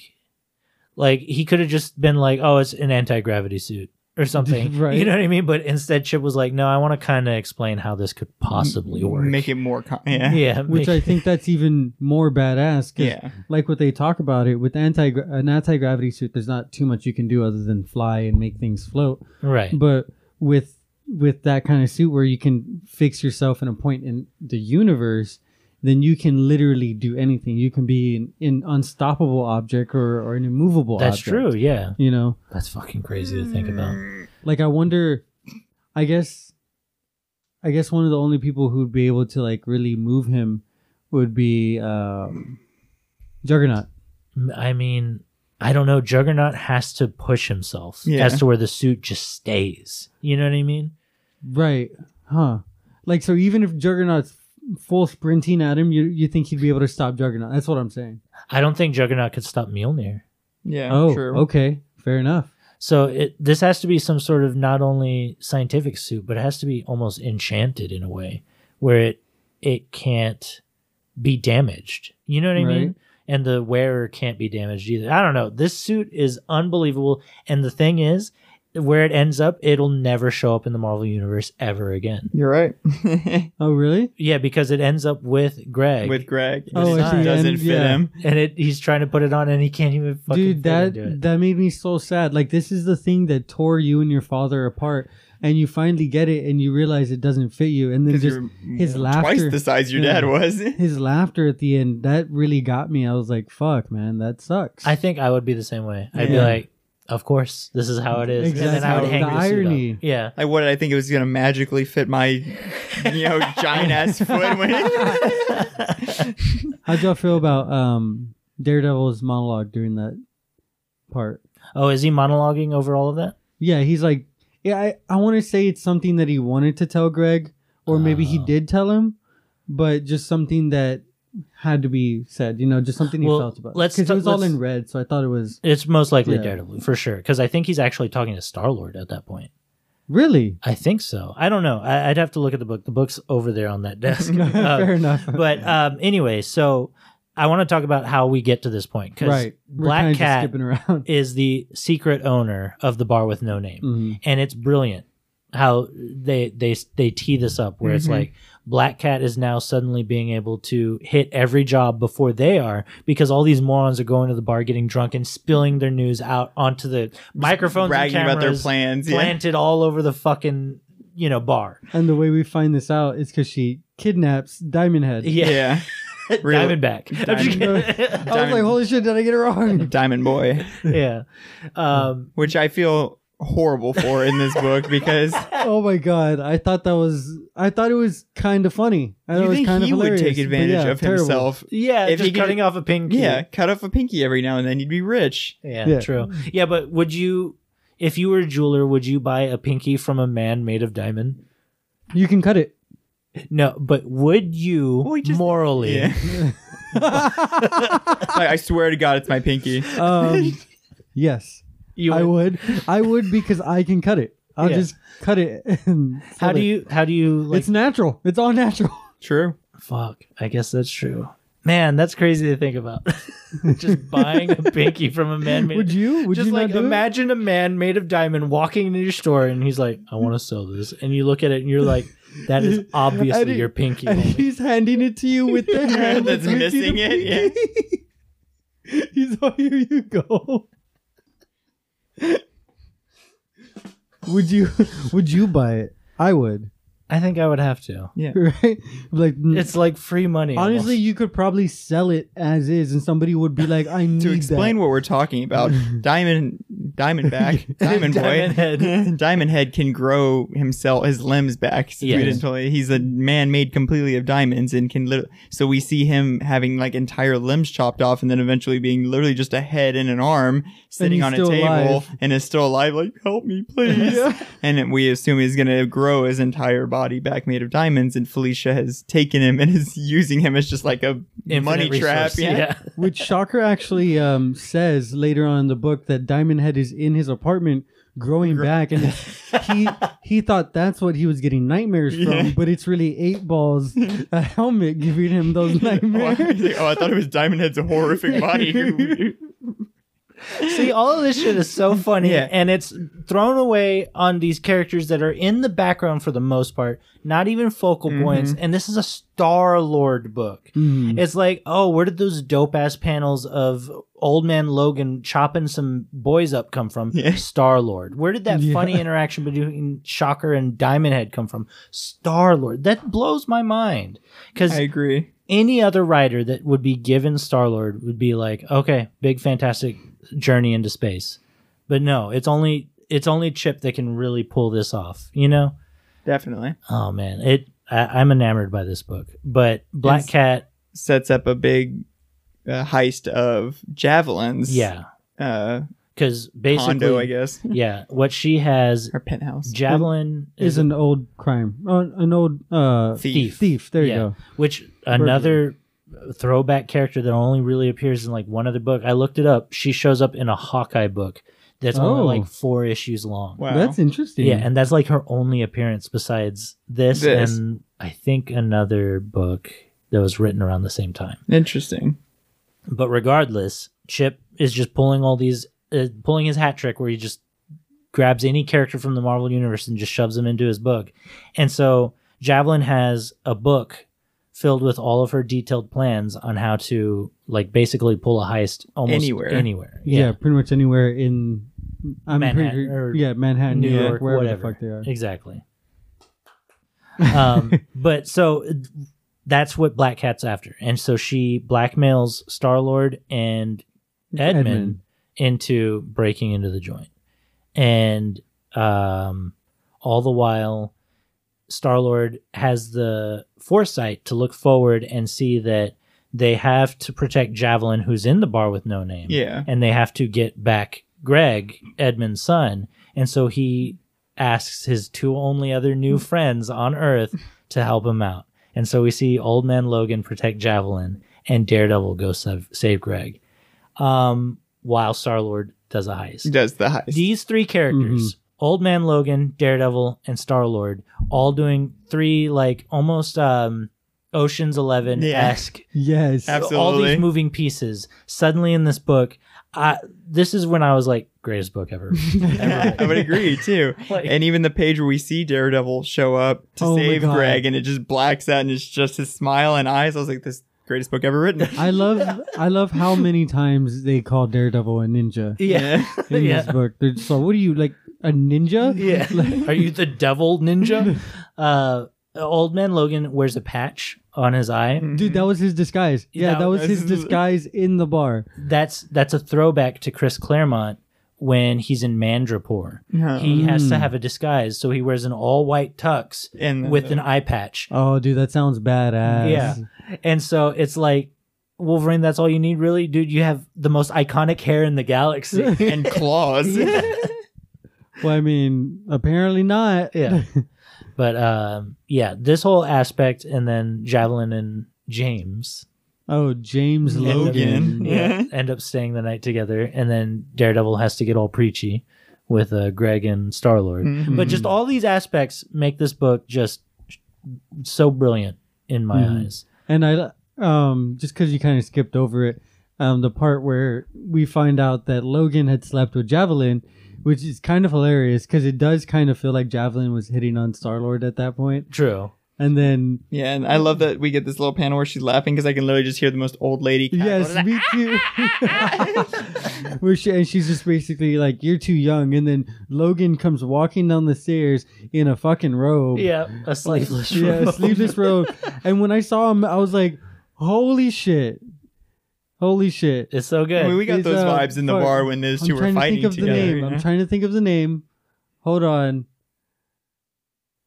[SPEAKER 1] like he could have just been like oh it's an anti-gravity suit or something
[SPEAKER 2] (laughs) Right.
[SPEAKER 1] you know what i mean but instead chip was like no i want to kind of explain how this could possibly work
[SPEAKER 3] Make it more. Com- yeah.
[SPEAKER 1] yeah
[SPEAKER 2] which
[SPEAKER 1] make-
[SPEAKER 2] I think that's even more badass. 'cause
[SPEAKER 3] Yeah.
[SPEAKER 2] like what they talk about it with anti an anti gravity suit. There's not too much you can do other than fly and make things float.
[SPEAKER 1] right
[SPEAKER 2] But with with that kind of suit where you can fix yourself in a point in the universe, then you can literally do anything. You can be an, an unstoppable object or, or an immovable.
[SPEAKER 1] That's
[SPEAKER 2] object,
[SPEAKER 1] true. Yeah,
[SPEAKER 2] You know,
[SPEAKER 1] that's fucking crazy to think about.
[SPEAKER 2] like I wonder. I guess. I guess one of the only people who would be able to like really move him would be um, Juggernaut.
[SPEAKER 1] M- I mean, I don't know. Juggernaut has to push himself
[SPEAKER 3] Yeah.
[SPEAKER 1] as to where the suit just stays. You know what I mean?
[SPEAKER 2] Right. Huh. Like so even if Juggernaut's full sprinting at him, you you think he'd be able to stop Juggernaut. That's what I'm saying.
[SPEAKER 1] I don't think Juggernaut could stop Mjolnir.
[SPEAKER 3] Yeah.
[SPEAKER 2] oh,
[SPEAKER 3] true.
[SPEAKER 2] okay. Fair enough.
[SPEAKER 1] So it, this has to be some sort of not only scientific suit, but it has to be almost enchanted in a way where it it can't be damaged. You know what I mean?
[SPEAKER 2] Right.
[SPEAKER 1] And the wearer can't be damaged either. I don't know. This suit is unbelievable. And the thing is, where it ends up, it'll never show up in the Marvel universe ever again.
[SPEAKER 3] You're right. (laughs)
[SPEAKER 2] Oh, really?
[SPEAKER 1] Yeah, because it ends up with Greg.
[SPEAKER 3] With Greg,
[SPEAKER 2] Oh,
[SPEAKER 3] it
[SPEAKER 1] at the
[SPEAKER 3] doesn't
[SPEAKER 2] end,
[SPEAKER 3] fit
[SPEAKER 2] yeah.
[SPEAKER 3] him.
[SPEAKER 1] and it, he's trying to put it on and he can't even fucking
[SPEAKER 2] Dude,
[SPEAKER 1] fucking
[SPEAKER 2] that
[SPEAKER 1] do it.
[SPEAKER 2] that made me so sad. Like this is the thing that tore you and your father apart, and you finally get it, and you realize it doesn't fit you, and then
[SPEAKER 3] 'Cause
[SPEAKER 2] just
[SPEAKER 3] you're
[SPEAKER 2] his laughter,
[SPEAKER 3] twice the size your
[SPEAKER 2] Yeah.
[SPEAKER 3] dad was. (laughs)
[SPEAKER 2] his laughter at the end, that really got me. I was like, "Fuck, man, that sucks."
[SPEAKER 1] I think I would be the same way. I'd be
[SPEAKER 2] Yeah.
[SPEAKER 1] like, of course, this is how it is. And then I would
[SPEAKER 3] Exactly.
[SPEAKER 1] hang
[SPEAKER 2] The
[SPEAKER 1] the suit up.
[SPEAKER 2] irony. (laughs)
[SPEAKER 1] Yeah. (laughs)
[SPEAKER 3] I what did I think it was gonna magically fit my, you know, giant ass
[SPEAKER 1] (laughs)
[SPEAKER 3] foot. When (laughs)
[SPEAKER 2] How'd y'all feel about um, Daredevil's monologue during that part?
[SPEAKER 1] Oh, is he monologuing over all of that?
[SPEAKER 2] Yeah, he's like, yeah, I, I want to say it's something that he wanted to tell Greg, or maybe he
[SPEAKER 1] Oh.
[SPEAKER 2] did tell him, but just something that had to be said, you know, just something he
[SPEAKER 1] Well,
[SPEAKER 2] felt about.
[SPEAKER 1] let's
[SPEAKER 2] Because
[SPEAKER 1] ta-
[SPEAKER 2] it was all
[SPEAKER 1] let's-
[SPEAKER 2] in red, so I thought it was
[SPEAKER 1] It's most likely
[SPEAKER 2] Yeah.
[SPEAKER 1] Daredevil for sure, because I think he's actually talking to Star Lord at that point.
[SPEAKER 2] really
[SPEAKER 1] I think so. I don't know. I, I'd have to look at the book. The book's over there on
[SPEAKER 2] (laughs)
[SPEAKER 1] that desk. (laughs) Uh,
[SPEAKER 2] fair enough.
[SPEAKER 1] but um, anyway, so I want to talk about how we get to this point because
[SPEAKER 2] right, We're kinda
[SPEAKER 1] Black
[SPEAKER 2] just
[SPEAKER 1] Cat
[SPEAKER 2] skipping around. (laughs)
[SPEAKER 1] is the secret owner of the bar with no name,
[SPEAKER 2] Mhm.
[SPEAKER 1] and it's brilliant how they they they tee this up where it's
[SPEAKER 3] Mhm.
[SPEAKER 1] like Black Cat is now suddenly being able to hit every job before they are because all these morons are going to the bar getting drunk and spilling their news out onto the microphones,
[SPEAKER 3] bragging
[SPEAKER 1] and
[SPEAKER 3] about their
[SPEAKER 1] cameras
[SPEAKER 3] plans. Yeah.
[SPEAKER 1] planted all over the fucking you know bar.
[SPEAKER 2] And the way we find this out is because she kidnaps Diamond Head.
[SPEAKER 1] Yeah, (laughs)
[SPEAKER 3] (laughs) yeah. Really? (laughs)
[SPEAKER 1] Diamondback. I'm just
[SPEAKER 3] Diamond-
[SPEAKER 1] kidding.
[SPEAKER 2] I was like,
[SPEAKER 3] Diamond-
[SPEAKER 2] holy shit, did I get
[SPEAKER 1] (laughs)
[SPEAKER 2] it wrong?
[SPEAKER 3] (laughs) Diamond Boy,
[SPEAKER 1] yeah. Um,
[SPEAKER 3] which I feel horrible for in this
[SPEAKER 2] (laughs)
[SPEAKER 3] book because
[SPEAKER 2] oh my god, I thought that was, I thought it was kind of funny. I thought it
[SPEAKER 3] you
[SPEAKER 2] was
[SPEAKER 3] think
[SPEAKER 2] kind
[SPEAKER 3] he
[SPEAKER 2] of
[SPEAKER 3] would
[SPEAKER 2] hilarious,
[SPEAKER 3] take
[SPEAKER 2] but
[SPEAKER 3] advantage
[SPEAKER 2] yeah,
[SPEAKER 3] of
[SPEAKER 2] terrible.
[SPEAKER 3] himself.
[SPEAKER 1] yeah,
[SPEAKER 3] If
[SPEAKER 1] just
[SPEAKER 3] he could-
[SPEAKER 1] cutting off a pinky.
[SPEAKER 3] Yeah, cut off a pinky every now and then, you'd be rich.
[SPEAKER 1] yeah,
[SPEAKER 2] Yeah.
[SPEAKER 1] true. Yeah, but would you, if you were a jeweler, would you buy a pinky from a man made of diamond?
[SPEAKER 2] You can
[SPEAKER 1] (laughs)
[SPEAKER 2] cut it.
[SPEAKER 1] No, but would you
[SPEAKER 3] Well, he just-
[SPEAKER 1] morally?
[SPEAKER 3] Yeah.
[SPEAKER 2] (laughs)
[SPEAKER 3] (laughs) like, I swear to God, it's my pinky.
[SPEAKER 2] Um, yes,
[SPEAKER 1] You
[SPEAKER 2] I
[SPEAKER 1] would-
[SPEAKER 2] would. I would because I can cut it. I'll
[SPEAKER 1] Yeah.
[SPEAKER 2] just cut it. And
[SPEAKER 1] (laughs) How
[SPEAKER 2] sell
[SPEAKER 1] do
[SPEAKER 2] it.
[SPEAKER 1] you? How do you? Like,
[SPEAKER 2] it's natural. It's all natural.
[SPEAKER 3] True.
[SPEAKER 1] fuck. I guess that's true. Man, that's crazy to think about. (laughs)
[SPEAKER 2] (laughs)
[SPEAKER 1] just buying a pinky from a man made.
[SPEAKER 2] Would you? Would
[SPEAKER 1] just
[SPEAKER 2] you
[SPEAKER 1] like
[SPEAKER 2] not do
[SPEAKER 1] imagine a man made of diamond walking into your store and he's like, I want to sell this. And you look at it and you're like, that
[SPEAKER 2] (laughs)
[SPEAKER 1] is
[SPEAKER 2] And
[SPEAKER 1] obviously
[SPEAKER 2] he-
[SPEAKER 1] your pinky.
[SPEAKER 2] It? And
[SPEAKER 1] homie."
[SPEAKER 2] he's handing it to you with the
[SPEAKER 3] (laughs)
[SPEAKER 2] hand
[SPEAKER 3] That's
[SPEAKER 2] that gives you
[SPEAKER 3] missing
[SPEAKER 2] the
[SPEAKER 3] it, yeah.
[SPEAKER 2] pinky. (laughs) he's oh, here you go. (laughs) would you? (laughs) Would you buy it? I would. (laughs)
[SPEAKER 1] I think I would have to.
[SPEAKER 2] Right? Like
[SPEAKER 1] It's like free money.
[SPEAKER 2] honestly,
[SPEAKER 1] almost.
[SPEAKER 2] you could probably sell it as is, and somebody would be like, "I need
[SPEAKER 3] To explain
[SPEAKER 2] that."
[SPEAKER 3] what we're
[SPEAKER 2] (laughs)
[SPEAKER 3] talking about, Diamond, Diamondback, Diamond Boy,
[SPEAKER 1] Diamond Head.
[SPEAKER 3] (laughs) Diamond Head can grow himself his limbs back. So we
[SPEAKER 1] Yes.
[SPEAKER 3] didn't totally- he's a man made completely of diamonds and can literally. So we see him having like entire limbs chopped off, and then eventually being literally just a head and an arm sitting
[SPEAKER 2] he's
[SPEAKER 3] on a
[SPEAKER 2] still
[SPEAKER 3] table,
[SPEAKER 2] alive.
[SPEAKER 3] and is still alive. Like, help me, please. (laughs) And then we assume he's gonna grow his entire body back made of diamonds. And Felicia has taken him and is using him as just like a
[SPEAKER 1] Infinite
[SPEAKER 3] money trap.
[SPEAKER 1] resource. Yeah.
[SPEAKER 2] Which Shocker actually um, says later on in the book that Diamond Head is in his apartment growing
[SPEAKER 1] (laughs)
[SPEAKER 2] back, and he he thought that's what he was getting nightmares from,
[SPEAKER 3] Yeah.
[SPEAKER 2] but it's really eight balls,
[SPEAKER 1] (laughs)
[SPEAKER 2] a helmet giving him those (laughs)
[SPEAKER 3] Why? He's
[SPEAKER 2] nightmares.
[SPEAKER 3] like, (laughs) oh, I thought it was Diamond Head's horrific body.
[SPEAKER 1] See, all of this shit is
[SPEAKER 3] (laughs)
[SPEAKER 1] so funny,
[SPEAKER 3] Yeah.
[SPEAKER 1] and it's thrown away on these characters that are in the background for the most part, not even focal
[SPEAKER 3] Mm-hmm.
[SPEAKER 1] points. And this is a Star Lord book.
[SPEAKER 2] Mhm.
[SPEAKER 1] It's like, oh, where did those dope ass panels of old man Logan chopping some boys up come from?
[SPEAKER 3] Yeah.
[SPEAKER 1] Star Lord. Where did that
[SPEAKER 2] Yeah.
[SPEAKER 3] (laughs)
[SPEAKER 1] funny interaction between Shocker and Diamond Head come from? Star Lord. That blows my mind. Because
[SPEAKER 3] I agree.
[SPEAKER 1] any other writer that would be given Star Lord would be like, okay, big fantastic journey into space. But no, it's only it's only Chip that can really pull this off, you know?
[SPEAKER 3] Definitely.
[SPEAKER 1] Oh man, it I, I'm enamored by this book. But Black
[SPEAKER 3] It's-
[SPEAKER 1] Cat,
[SPEAKER 3] Sets up a big uh, heist of javelins.
[SPEAKER 1] yeah.
[SPEAKER 3] Uh,
[SPEAKER 1] Because basically
[SPEAKER 3] condo, I guess.
[SPEAKER 1] yeah, what she has
[SPEAKER 3] Or penthouse.
[SPEAKER 1] javelin
[SPEAKER 2] Is
[SPEAKER 1] is
[SPEAKER 2] an old crime, uh, an old uh, thief.
[SPEAKER 3] Thief.
[SPEAKER 2] There
[SPEAKER 1] Yeah.
[SPEAKER 2] you go.
[SPEAKER 1] which another throwback character that only really appears in like one other book. I looked it up. She shows up in a Hawkeye book that's
[SPEAKER 2] Oh.
[SPEAKER 1] only like four issues long.
[SPEAKER 3] Wow.
[SPEAKER 2] That's interesting.
[SPEAKER 1] Yeah, and that's like her only appearance besides this,
[SPEAKER 3] This.
[SPEAKER 1] and I think another book that was written around the same time.
[SPEAKER 3] Interesting.
[SPEAKER 1] But regardless, Chip is just pulling all these, uh, pulling his hat trick where he just grabs any character from the Marvel universe and just shoves them into his book. And so Javelin has a book filled with all of her detailed plans on how to like basically pull a heist almost
[SPEAKER 3] Anywhere.
[SPEAKER 1] anywhere. Anywhere.
[SPEAKER 2] Yeah. pretty much anywhere in I'm
[SPEAKER 1] Manhattan
[SPEAKER 2] pretty,
[SPEAKER 1] or
[SPEAKER 2] yeah, Manhattan,
[SPEAKER 1] New York,
[SPEAKER 2] wherever
[SPEAKER 1] whatever.
[SPEAKER 2] the fuck they are.
[SPEAKER 1] Exactly.
[SPEAKER 2] (laughs)
[SPEAKER 1] um, but so uh, that's what Black Cat's after, and so she blackmails Star Lord and Edmund,
[SPEAKER 2] Edmund.
[SPEAKER 1] into breaking into the joint, and um, all the while, Star Lord has the foresight to look forward and see that they have to protect Javelin, who's in the bar with no name,
[SPEAKER 3] Yeah.
[SPEAKER 1] and they have to get back Greg, Edmund's son, and so he asks his two only other new friends on Earth to help him out. And so we see Old Man Logan protect Javelin and Daredevil go save, save Greg, um, while Star Lord does a heist.
[SPEAKER 3] Does the heist.
[SPEAKER 1] These three characters, Old Man Logan, Daredevil, and Star Lord, all doing three, like almost um, Ocean's 11 esque
[SPEAKER 2] Yes.
[SPEAKER 3] Ab-
[SPEAKER 1] all
[SPEAKER 3] Absolutely.
[SPEAKER 1] these moving pieces suddenly in this book. I, this is when I was like, greatest book ever. (laughs)
[SPEAKER 3] Yeah, (laughs) I would agree too.
[SPEAKER 1] Like-
[SPEAKER 3] and even the page where we see Daredevil show up to
[SPEAKER 2] Oh my
[SPEAKER 3] save
[SPEAKER 2] God.
[SPEAKER 3] Greg, and it just blacks out, and it's just his smile and eyes. I was like, this greatest book ever written.
[SPEAKER 2] I love I
[SPEAKER 1] (laughs)
[SPEAKER 2] love how many times they call Daredevil a ninja
[SPEAKER 1] yeah. (laughs)
[SPEAKER 2] in
[SPEAKER 1] Yeah.
[SPEAKER 2] this book. They're just like, what are you like a ninja? (laughs)
[SPEAKER 1] Yeah. Are you the devil ninja? Uh, old man Logan wears a patch on his eye.
[SPEAKER 2] Dude, that was
[SPEAKER 1] (laughs)
[SPEAKER 2] his disguise. Yeah,
[SPEAKER 1] That
[SPEAKER 2] that was
[SPEAKER 3] was-
[SPEAKER 2] his disguise in the bar.
[SPEAKER 1] That's that's a throwback to Chris Claremont when he's in Mandrapore.
[SPEAKER 3] (laughs) Yeah.
[SPEAKER 1] He has to have a disguise, so he wears an all white tux
[SPEAKER 3] (laughs) And uh,
[SPEAKER 1] with an eye patch.
[SPEAKER 2] Oh, dude, that sounds badass.
[SPEAKER 1] Yeah. And so it's like Wolverine, that's all you need, really? Dude, you have the most iconic hair in the galaxy.
[SPEAKER 3] and claws. (laughs)
[SPEAKER 2] Well, I mean, apparently not.
[SPEAKER 1] yeah. But um, yeah, this whole aspect, and then Javelin and James
[SPEAKER 2] (laughs) Oh, James Logan.
[SPEAKER 3] Logan.
[SPEAKER 1] yeah, end up staying the night together, and then Daredevil has to get all preachy with uh, Greg and Star Lord.
[SPEAKER 2] Mm-hmm.
[SPEAKER 3] Mhm.
[SPEAKER 1] But just all these aspects make this book just so brilliant in my
[SPEAKER 2] Mhm.
[SPEAKER 1] eyes.
[SPEAKER 2] (laughs) And I um just cuz you kind of skipped over it, um the part where we find out that Logan had slept with Javelin, which is kind of hilarious cuz it does kind of feel like Javelin was hitting on Star-Lord at that point.
[SPEAKER 1] True.
[SPEAKER 2] And then
[SPEAKER 3] yeah, and I love
[SPEAKER 2] Mm.
[SPEAKER 3] that we get this little panel where she's laughing because I can literally just hear the most old lady. cackle.
[SPEAKER 2] yes, me too. Where she, and she's just basically like, "You're too young." And then Logan comes walking down the stairs in a fucking robe.
[SPEAKER 1] Yeah, a sleeveless.
[SPEAKER 2] yeah,
[SPEAKER 1] robe.
[SPEAKER 2] sleeveless robe. And when I saw him, I was like, "Holy shit! Holy shit!"
[SPEAKER 1] (laughs) It's so good.
[SPEAKER 3] I mean, we got
[SPEAKER 2] It's,
[SPEAKER 3] those
[SPEAKER 2] uh,
[SPEAKER 3] vibes in the
[SPEAKER 2] fuck.
[SPEAKER 3] bar when those
[SPEAKER 2] I'm
[SPEAKER 3] two were
[SPEAKER 2] trying to
[SPEAKER 3] fighting
[SPEAKER 2] think of
[SPEAKER 3] together.
[SPEAKER 2] the name.
[SPEAKER 3] you know?
[SPEAKER 2] I'm trying to think of the name. Hold on.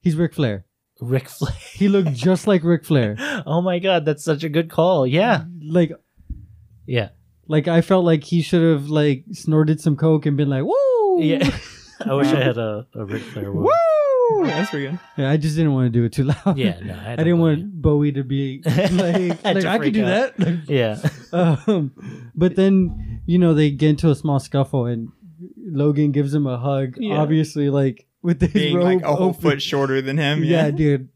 [SPEAKER 2] He's Ric Flair.
[SPEAKER 1] Ric Flair.
[SPEAKER 2] He looked just like Ric Flair.
[SPEAKER 1] Oh my god, that's such a good call. Yeah.
[SPEAKER 2] Like,
[SPEAKER 1] Yeah.
[SPEAKER 2] like I felt like he should have like snorted some coke and been like, "Woo!"
[SPEAKER 1] Yeah. (laughs)
[SPEAKER 2] (laughs)
[SPEAKER 1] I wish I had a, a Ric Flair one.
[SPEAKER 3] Woo! That's pretty good.
[SPEAKER 2] Yeah, I just didn't want to do it too loud.
[SPEAKER 1] Yeah,
[SPEAKER 2] (laughs)
[SPEAKER 1] no, I,
[SPEAKER 2] I,
[SPEAKER 1] don't blame
[SPEAKER 2] didn't want Bowie
[SPEAKER 1] (laughs)
[SPEAKER 2] to be like, like
[SPEAKER 1] To
[SPEAKER 2] I could
[SPEAKER 1] freak
[SPEAKER 2] do
[SPEAKER 1] out.
[SPEAKER 2] that. (laughs)
[SPEAKER 1] you. Yeah.
[SPEAKER 2] um, but then you know they get into a small scuffle and Logan gives him a hug.
[SPEAKER 1] Yeah.
[SPEAKER 2] Obviously, like with his
[SPEAKER 3] Being
[SPEAKER 2] robe
[SPEAKER 3] like a whole
[SPEAKER 2] open.
[SPEAKER 3] foot shorter than him.
[SPEAKER 2] Yeah,
[SPEAKER 3] Yeah.
[SPEAKER 2] dude,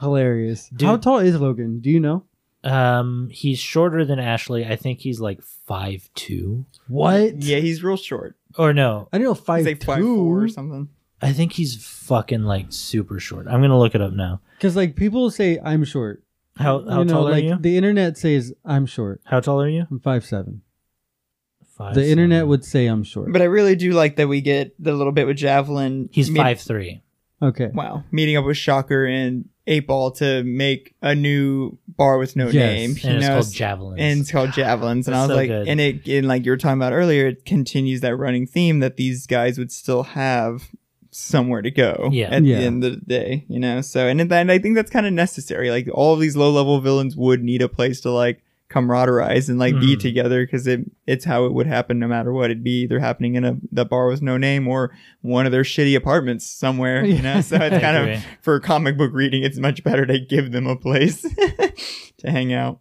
[SPEAKER 2] hilarious.
[SPEAKER 1] Dude.
[SPEAKER 2] How tall is Logan? Do you know?
[SPEAKER 1] Um he's shorter than Ashley. I think he's like five two.
[SPEAKER 2] What?
[SPEAKER 3] Yeah, he's real short.
[SPEAKER 1] Or no.
[SPEAKER 2] I don't know
[SPEAKER 3] He's
[SPEAKER 2] five
[SPEAKER 3] like five four or
[SPEAKER 2] two.
[SPEAKER 3] something.
[SPEAKER 1] I think he's fucking like super short. I'm gonna look it up now.
[SPEAKER 2] Because like people say I'm short.
[SPEAKER 1] How how
[SPEAKER 2] you know,
[SPEAKER 1] tall
[SPEAKER 2] like
[SPEAKER 1] are you?
[SPEAKER 2] the internet says I'm short.
[SPEAKER 1] How tall are you?
[SPEAKER 2] I'm five seven.
[SPEAKER 1] Five
[SPEAKER 2] The internet
[SPEAKER 1] seven.
[SPEAKER 2] would say I'm short.
[SPEAKER 3] But I really do like that we get the little bit with Javelin.
[SPEAKER 1] He's
[SPEAKER 3] Mid-
[SPEAKER 1] five three.
[SPEAKER 2] Okay.
[SPEAKER 3] Wow. Meeting up with Shocker and Eight Ball to make a new bar with no
[SPEAKER 2] Yes.
[SPEAKER 3] name.
[SPEAKER 1] And it's
[SPEAKER 3] you know,
[SPEAKER 1] called Javelins.
[SPEAKER 3] and it's called Javelins. And I
[SPEAKER 1] That's
[SPEAKER 3] was
[SPEAKER 1] so
[SPEAKER 3] like,
[SPEAKER 1] good.
[SPEAKER 3] and it, and like you were talking about earlier, it continues that running theme that these guys would still have somewhere to go
[SPEAKER 1] Yeah.
[SPEAKER 3] at
[SPEAKER 2] Yeah.
[SPEAKER 3] the end of the day, you know? So, and, it- and I think that's kind of necessary. Like all of these low level villains would need a place to like camaraderie and like be
[SPEAKER 1] Mhm.
[SPEAKER 3] together because it, it's how it would happen no matter what. It'd be either happening in a, the bar with no name or one of their shitty apartments somewhere, you know?
[SPEAKER 1] (laughs)
[SPEAKER 3] So
[SPEAKER 1] I
[SPEAKER 3] it's kind of,
[SPEAKER 1] agree.
[SPEAKER 3] for comic book reading, it's much better to give them a place (laughs) to hang out.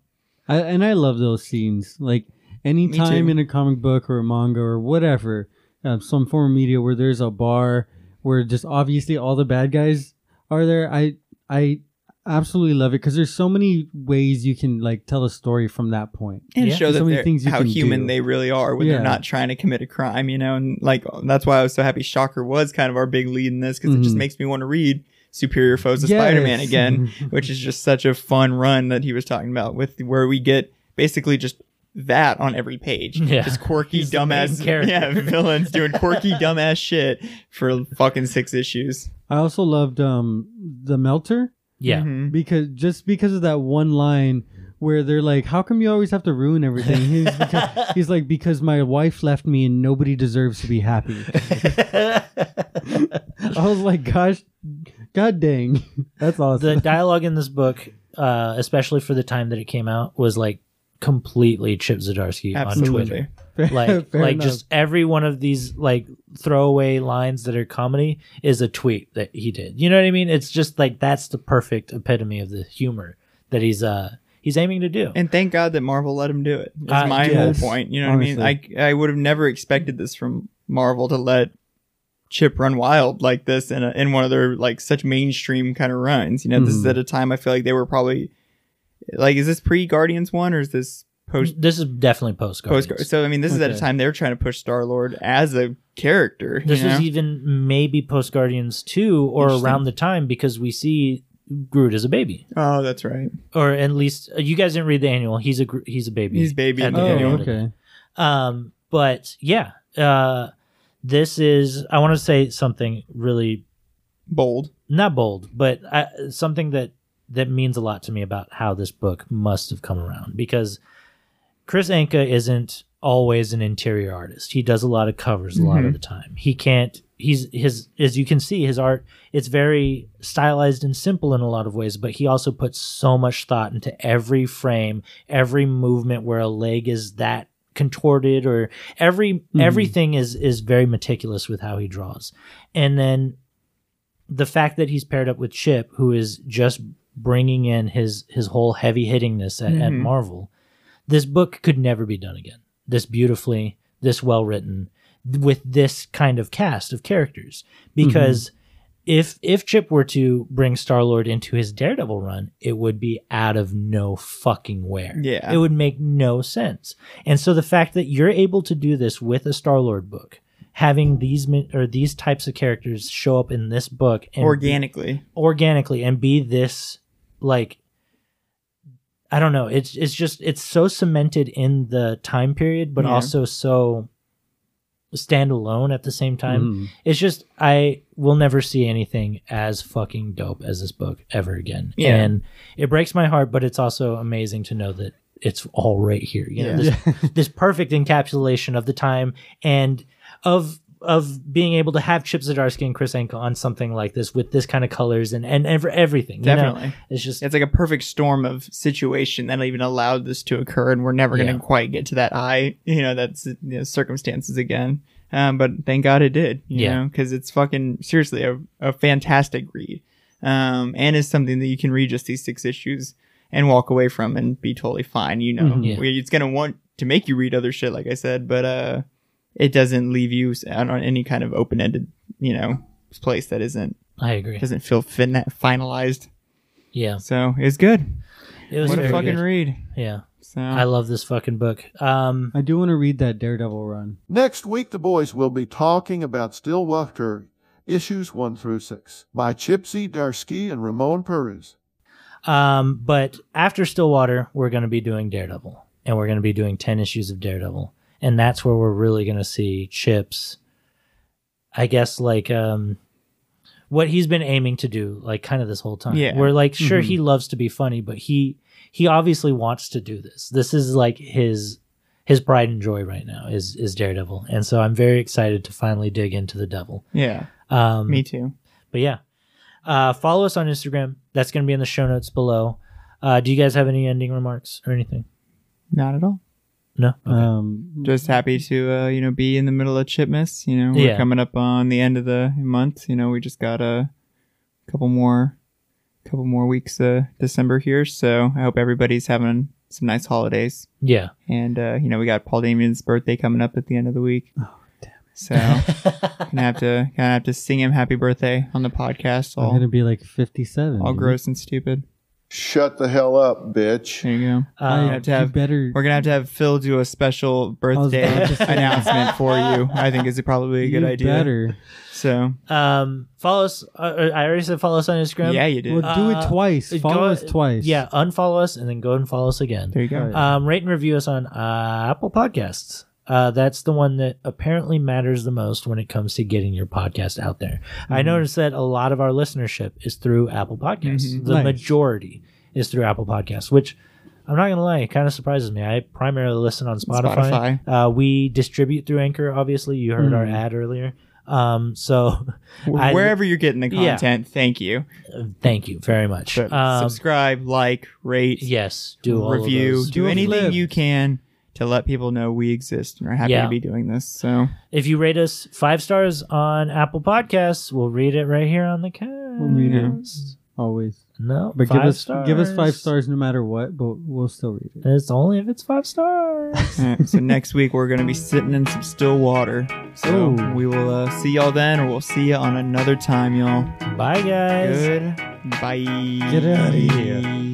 [SPEAKER 2] I, and I love those scenes. Like anytime
[SPEAKER 3] too.
[SPEAKER 2] in a comic book or a manga or whatever, um, some form of media where there's a bar where just obviously all the bad guys are there. I I absolutely love it because there's so many ways you can like tell a story from that point.
[SPEAKER 3] and
[SPEAKER 1] Yeah.
[SPEAKER 3] show
[SPEAKER 2] So
[SPEAKER 3] that
[SPEAKER 2] many
[SPEAKER 3] they're-
[SPEAKER 2] things you
[SPEAKER 3] how
[SPEAKER 2] can
[SPEAKER 3] human
[SPEAKER 2] do.
[SPEAKER 3] they really are when
[SPEAKER 2] Yeah.
[SPEAKER 3] they're not trying to commit a crime, you know. And like that's why I was so happy Shocker was kind of our big lead in this because it just
[SPEAKER 1] Mm-hmm.
[SPEAKER 2] Mhm.
[SPEAKER 3] makes me want to read Superior Foes of
[SPEAKER 2] Yes.
[SPEAKER 1] (laughs)
[SPEAKER 3] Spider-Man again, which is just such a fun run that he was talking about with where we get basically just that on every page.
[SPEAKER 1] Yeah.
[SPEAKER 3] Just quirky
[SPEAKER 1] He's the main
[SPEAKER 3] dumbass (laughs)
[SPEAKER 1] character.
[SPEAKER 3] yeah, villains doing
[SPEAKER 1] (laughs)
[SPEAKER 3] quirky dumbass shit for fucking six issues.
[SPEAKER 2] (laughs) I also loved um the Melter
[SPEAKER 1] Yeah.
[SPEAKER 3] Mhm.
[SPEAKER 2] because just because of that one line where they're like, "How come you always have to ruin everything?"
[SPEAKER 1] (laughs)
[SPEAKER 2] He's, because, he's like, "Because my wife left me, and nobody deserves to be happy." (laughs)
[SPEAKER 1] (laughs)
[SPEAKER 2] I was like, "Gosh, god dang, (laughs) that's
[SPEAKER 1] the
[SPEAKER 2] awesome."
[SPEAKER 1] dialogue in this book, uh, especially for the time that it came out, was like completely Chip Zdarsky on Twitter.
[SPEAKER 3] Absolutely.
[SPEAKER 1] (laughs) Like,
[SPEAKER 2] Fair
[SPEAKER 1] like
[SPEAKER 2] enough.
[SPEAKER 1] just every one of these like throwaway lines that are comedy is a tweet that he did. You know what I mean? It's just like that's the perfect epitome of the humor that he's uh he's aiming to do.
[SPEAKER 3] And thank God that Marvel let him do it. Is
[SPEAKER 1] Uh,
[SPEAKER 3] my
[SPEAKER 2] yes,
[SPEAKER 3] whole point. You know what I
[SPEAKER 2] honestly.
[SPEAKER 3] mean? I I would have never expected this from Marvel to let Chip run wild like this in a, in one of their like such mainstream kind of runs. You know, this is
[SPEAKER 1] Hmm.
[SPEAKER 2] Mhm.
[SPEAKER 3] at a time I feel like they were probably like, is this pre Guardians one or is this post
[SPEAKER 1] this is definitely post
[SPEAKER 3] post? So I mean, this is at a
[SPEAKER 2] Okay.
[SPEAKER 3] time they were trying to push Star Lord as a character.
[SPEAKER 1] This
[SPEAKER 3] you know?
[SPEAKER 1] was even maybe post Guardians 2 or
[SPEAKER 3] Interesting.
[SPEAKER 1] around the time because we see Groot as a baby.
[SPEAKER 3] oh, that's right.
[SPEAKER 1] Or at least uh, you guys didn't read the annual. He's a Gro- he's a baby.
[SPEAKER 3] He's baby
[SPEAKER 1] at
[SPEAKER 3] in
[SPEAKER 1] the
[SPEAKER 3] the
[SPEAKER 2] oh,
[SPEAKER 1] very
[SPEAKER 3] annual.
[SPEAKER 1] end.
[SPEAKER 2] okay.
[SPEAKER 1] Um, but yeah, uh, this is I want to say something really
[SPEAKER 3] Bold.
[SPEAKER 1] not bold, but I, something that that means a lot to me about how this book must have come around because Chris Anka isn't always an interior artist. He does a lot of covers a lot of
[SPEAKER 3] Mhm.
[SPEAKER 1] the time. He can't he's his as you can see his art it's very stylized and simple in a lot of ways, but he also puts so much thought into every frame, every movement where a leg is that contorted or every
[SPEAKER 2] Mhm.
[SPEAKER 1] everything is is very meticulous with how he draws. And then the fact that he's paired up with Chip, who is just bringing in his his whole heavy hittingness at, at
[SPEAKER 3] Mhm.
[SPEAKER 1] Marvel, this book could never be done again. This beautifully, this well written, with this kind of cast of characters. Because if if Chip were to bring Star Lord into his Daredevil run, it would be out of no fucking where.
[SPEAKER 3] Yeah.
[SPEAKER 1] It would make no sense. And so the fact that you're able to do this with a Star Lord book, having these min- or these types of characters show up in this book and
[SPEAKER 3] Organically.
[SPEAKER 1] organically and be this like I don't know, it's it's just it's so cemented in the time period but
[SPEAKER 3] Yeah.
[SPEAKER 1] also so standalone at the same time.
[SPEAKER 2] Mhm.
[SPEAKER 1] It's just I will never see anything as fucking dope as this book ever again.
[SPEAKER 3] Yeah.
[SPEAKER 1] And it breaks my heart, but it's also amazing to know that it's all right here. You know,
[SPEAKER 3] Yeah. (laughs)
[SPEAKER 1] this, this perfect encapsulation of the time and of of being able to have Chip Zdarsky and Chris Anka on something like this with this kind of colors and and ever everything. you know?
[SPEAKER 3] Definitely.
[SPEAKER 1] it's just
[SPEAKER 3] it's like a perfect storm of situation that even allowed this to occur and we're never
[SPEAKER 1] Yeah.
[SPEAKER 3] going to quite get to that eye you know that's you know, circumstances again um, but thank god it did you
[SPEAKER 1] Yeah.
[SPEAKER 3] know because it's fucking seriously a, a fantastic read um, and is something that you can read just these six issues and walk away from and be totally fine you know
[SPEAKER 2] Mhm.
[SPEAKER 1] Mm-hmm. Yeah.
[SPEAKER 3] We- it's going to want to make you read other shit like i said but uh, it doesn't leave you s- out on any kind of open-ended you know place that isn't
[SPEAKER 1] I agree.
[SPEAKER 3] doesn't feel fin- finalized
[SPEAKER 1] Yeah.
[SPEAKER 3] so it's good
[SPEAKER 1] It was
[SPEAKER 3] what a
[SPEAKER 1] very
[SPEAKER 3] fucking
[SPEAKER 1] good.
[SPEAKER 3] read.
[SPEAKER 1] yeah.
[SPEAKER 3] So
[SPEAKER 1] I love this fucking book. Um
[SPEAKER 2] I do want to read that Daredevil run.
[SPEAKER 4] Next week, the boys will be talking about Stillwater, issues 1 through 6, by Chipsy Darsky and Ramon Perez.
[SPEAKER 1] Um, but after Stillwater, we're going to be doing Daredevil, and we're going to be doing ten issues of Daredevil, and that's where we're really going to see Chips. I guess like um, what he's been aiming to do, like kind of this whole time.
[SPEAKER 3] Yeah. Mm-hmm.
[SPEAKER 1] we're like sure he loves to be funny, but he he obviously wants to do this. This is like his his pride and joy right now is is Daredevil, and so I'm very excited to finally dig into the devil.
[SPEAKER 3] yeah,
[SPEAKER 1] Um,
[SPEAKER 3] me too.
[SPEAKER 1] but yeah, uh, follow us on Instagram. That's going to be in the show notes below. Uh, do you guys have any ending remarks or anything?
[SPEAKER 3] Not at all.
[SPEAKER 1] No. Okay.
[SPEAKER 2] Um,
[SPEAKER 3] Just happy to uh, you know be in the middle of Chipmas. You know we're
[SPEAKER 1] Yeah.
[SPEAKER 3] coming up on the end of the month. You know we just got a couple more, couple more weeks of December here. So I hope everybody's having some nice holidays.
[SPEAKER 1] yeah.
[SPEAKER 3] And uh, you know we got Paul Damien's birthday coming up at the end of the week. Oh damn! So gonna have to gonna have to sing him happy birthday on the podcast.
[SPEAKER 2] I'm gonna
[SPEAKER 3] All
[SPEAKER 2] be like 57.
[SPEAKER 3] all
[SPEAKER 2] dude.
[SPEAKER 3] gross and stupid.
[SPEAKER 4] Shut the hell up, bitch.
[SPEAKER 3] There you go.
[SPEAKER 1] Uh,
[SPEAKER 2] I-
[SPEAKER 3] have to have-
[SPEAKER 2] you better.
[SPEAKER 3] We're gonna have to have Phil do a special birthday
[SPEAKER 2] about
[SPEAKER 3] (laughs)
[SPEAKER 2] to say.
[SPEAKER 3] announcement for you. I think is probably a good
[SPEAKER 2] you
[SPEAKER 3] idea. (laughs)
[SPEAKER 2] Better.
[SPEAKER 3] So
[SPEAKER 1] Um, follow us. Uh, uh, I already said follow us on Instagram.
[SPEAKER 3] uh, yeah, you did.
[SPEAKER 2] Well, do it
[SPEAKER 1] Uh,
[SPEAKER 2] twice.
[SPEAKER 1] Go-
[SPEAKER 2] Follow us twice.
[SPEAKER 1] Yeah, unfollow us and then go and follow us again.
[SPEAKER 3] there you go.
[SPEAKER 1] Um, rate and review us on uh, Apple Podcasts. Uh, that's the one that apparently matters the most when it comes to getting your podcast out there.
[SPEAKER 3] Mm-hmm.
[SPEAKER 1] I noticed that a lot of our listenership is through Apple Podcasts.
[SPEAKER 3] Mm-hmm.
[SPEAKER 1] The
[SPEAKER 2] Nice.
[SPEAKER 1] majority is through Apple Podcasts, which I'm not going to lie, it kind of surprises me. I primarily listen on Spotify. Uh, we distribute through Anchor, obviously. You heard
[SPEAKER 3] Mm-hmm.
[SPEAKER 1] our ad earlier. Um, so (laughs) I-
[SPEAKER 3] Wherever you're getting the
[SPEAKER 1] Yeah.
[SPEAKER 3] content, thank you.
[SPEAKER 1] thank you very much.
[SPEAKER 3] But
[SPEAKER 1] Um,
[SPEAKER 3] subscribe, like, rate,
[SPEAKER 1] yes, do all Of
[SPEAKER 3] review,
[SPEAKER 1] those.
[SPEAKER 3] do
[SPEAKER 2] Do a
[SPEAKER 3] anything
[SPEAKER 2] flip.
[SPEAKER 3] you can to let people know we exist and are happy
[SPEAKER 1] Yeah.
[SPEAKER 3] to be doing this. So
[SPEAKER 1] If you rate us five stars on Apple Podcasts, we'll read it right here on the cast. We'll
[SPEAKER 2] read it. Always.
[SPEAKER 1] No,
[SPEAKER 2] But give
[SPEAKER 1] five
[SPEAKER 2] us give us five stars no matter what, but we'll still read it.
[SPEAKER 1] It's only if it's five stars.
[SPEAKER 2] (laughs)
[SPEAKER 3] Alright,
[SPEAKER 1] (laughs)
[SPEAKER 3] so next week we're gonna be sitting in some still water. So
[SPEAKER 2] Ooh.
[SPEAKER 3] we will uh, see y'all then, or we'll see you on another time, y'all.
[SPEAKER 1] Bye, guys.
[SPEAKER 3] Good. Bye.
[SPEAKER 2] Get outta here.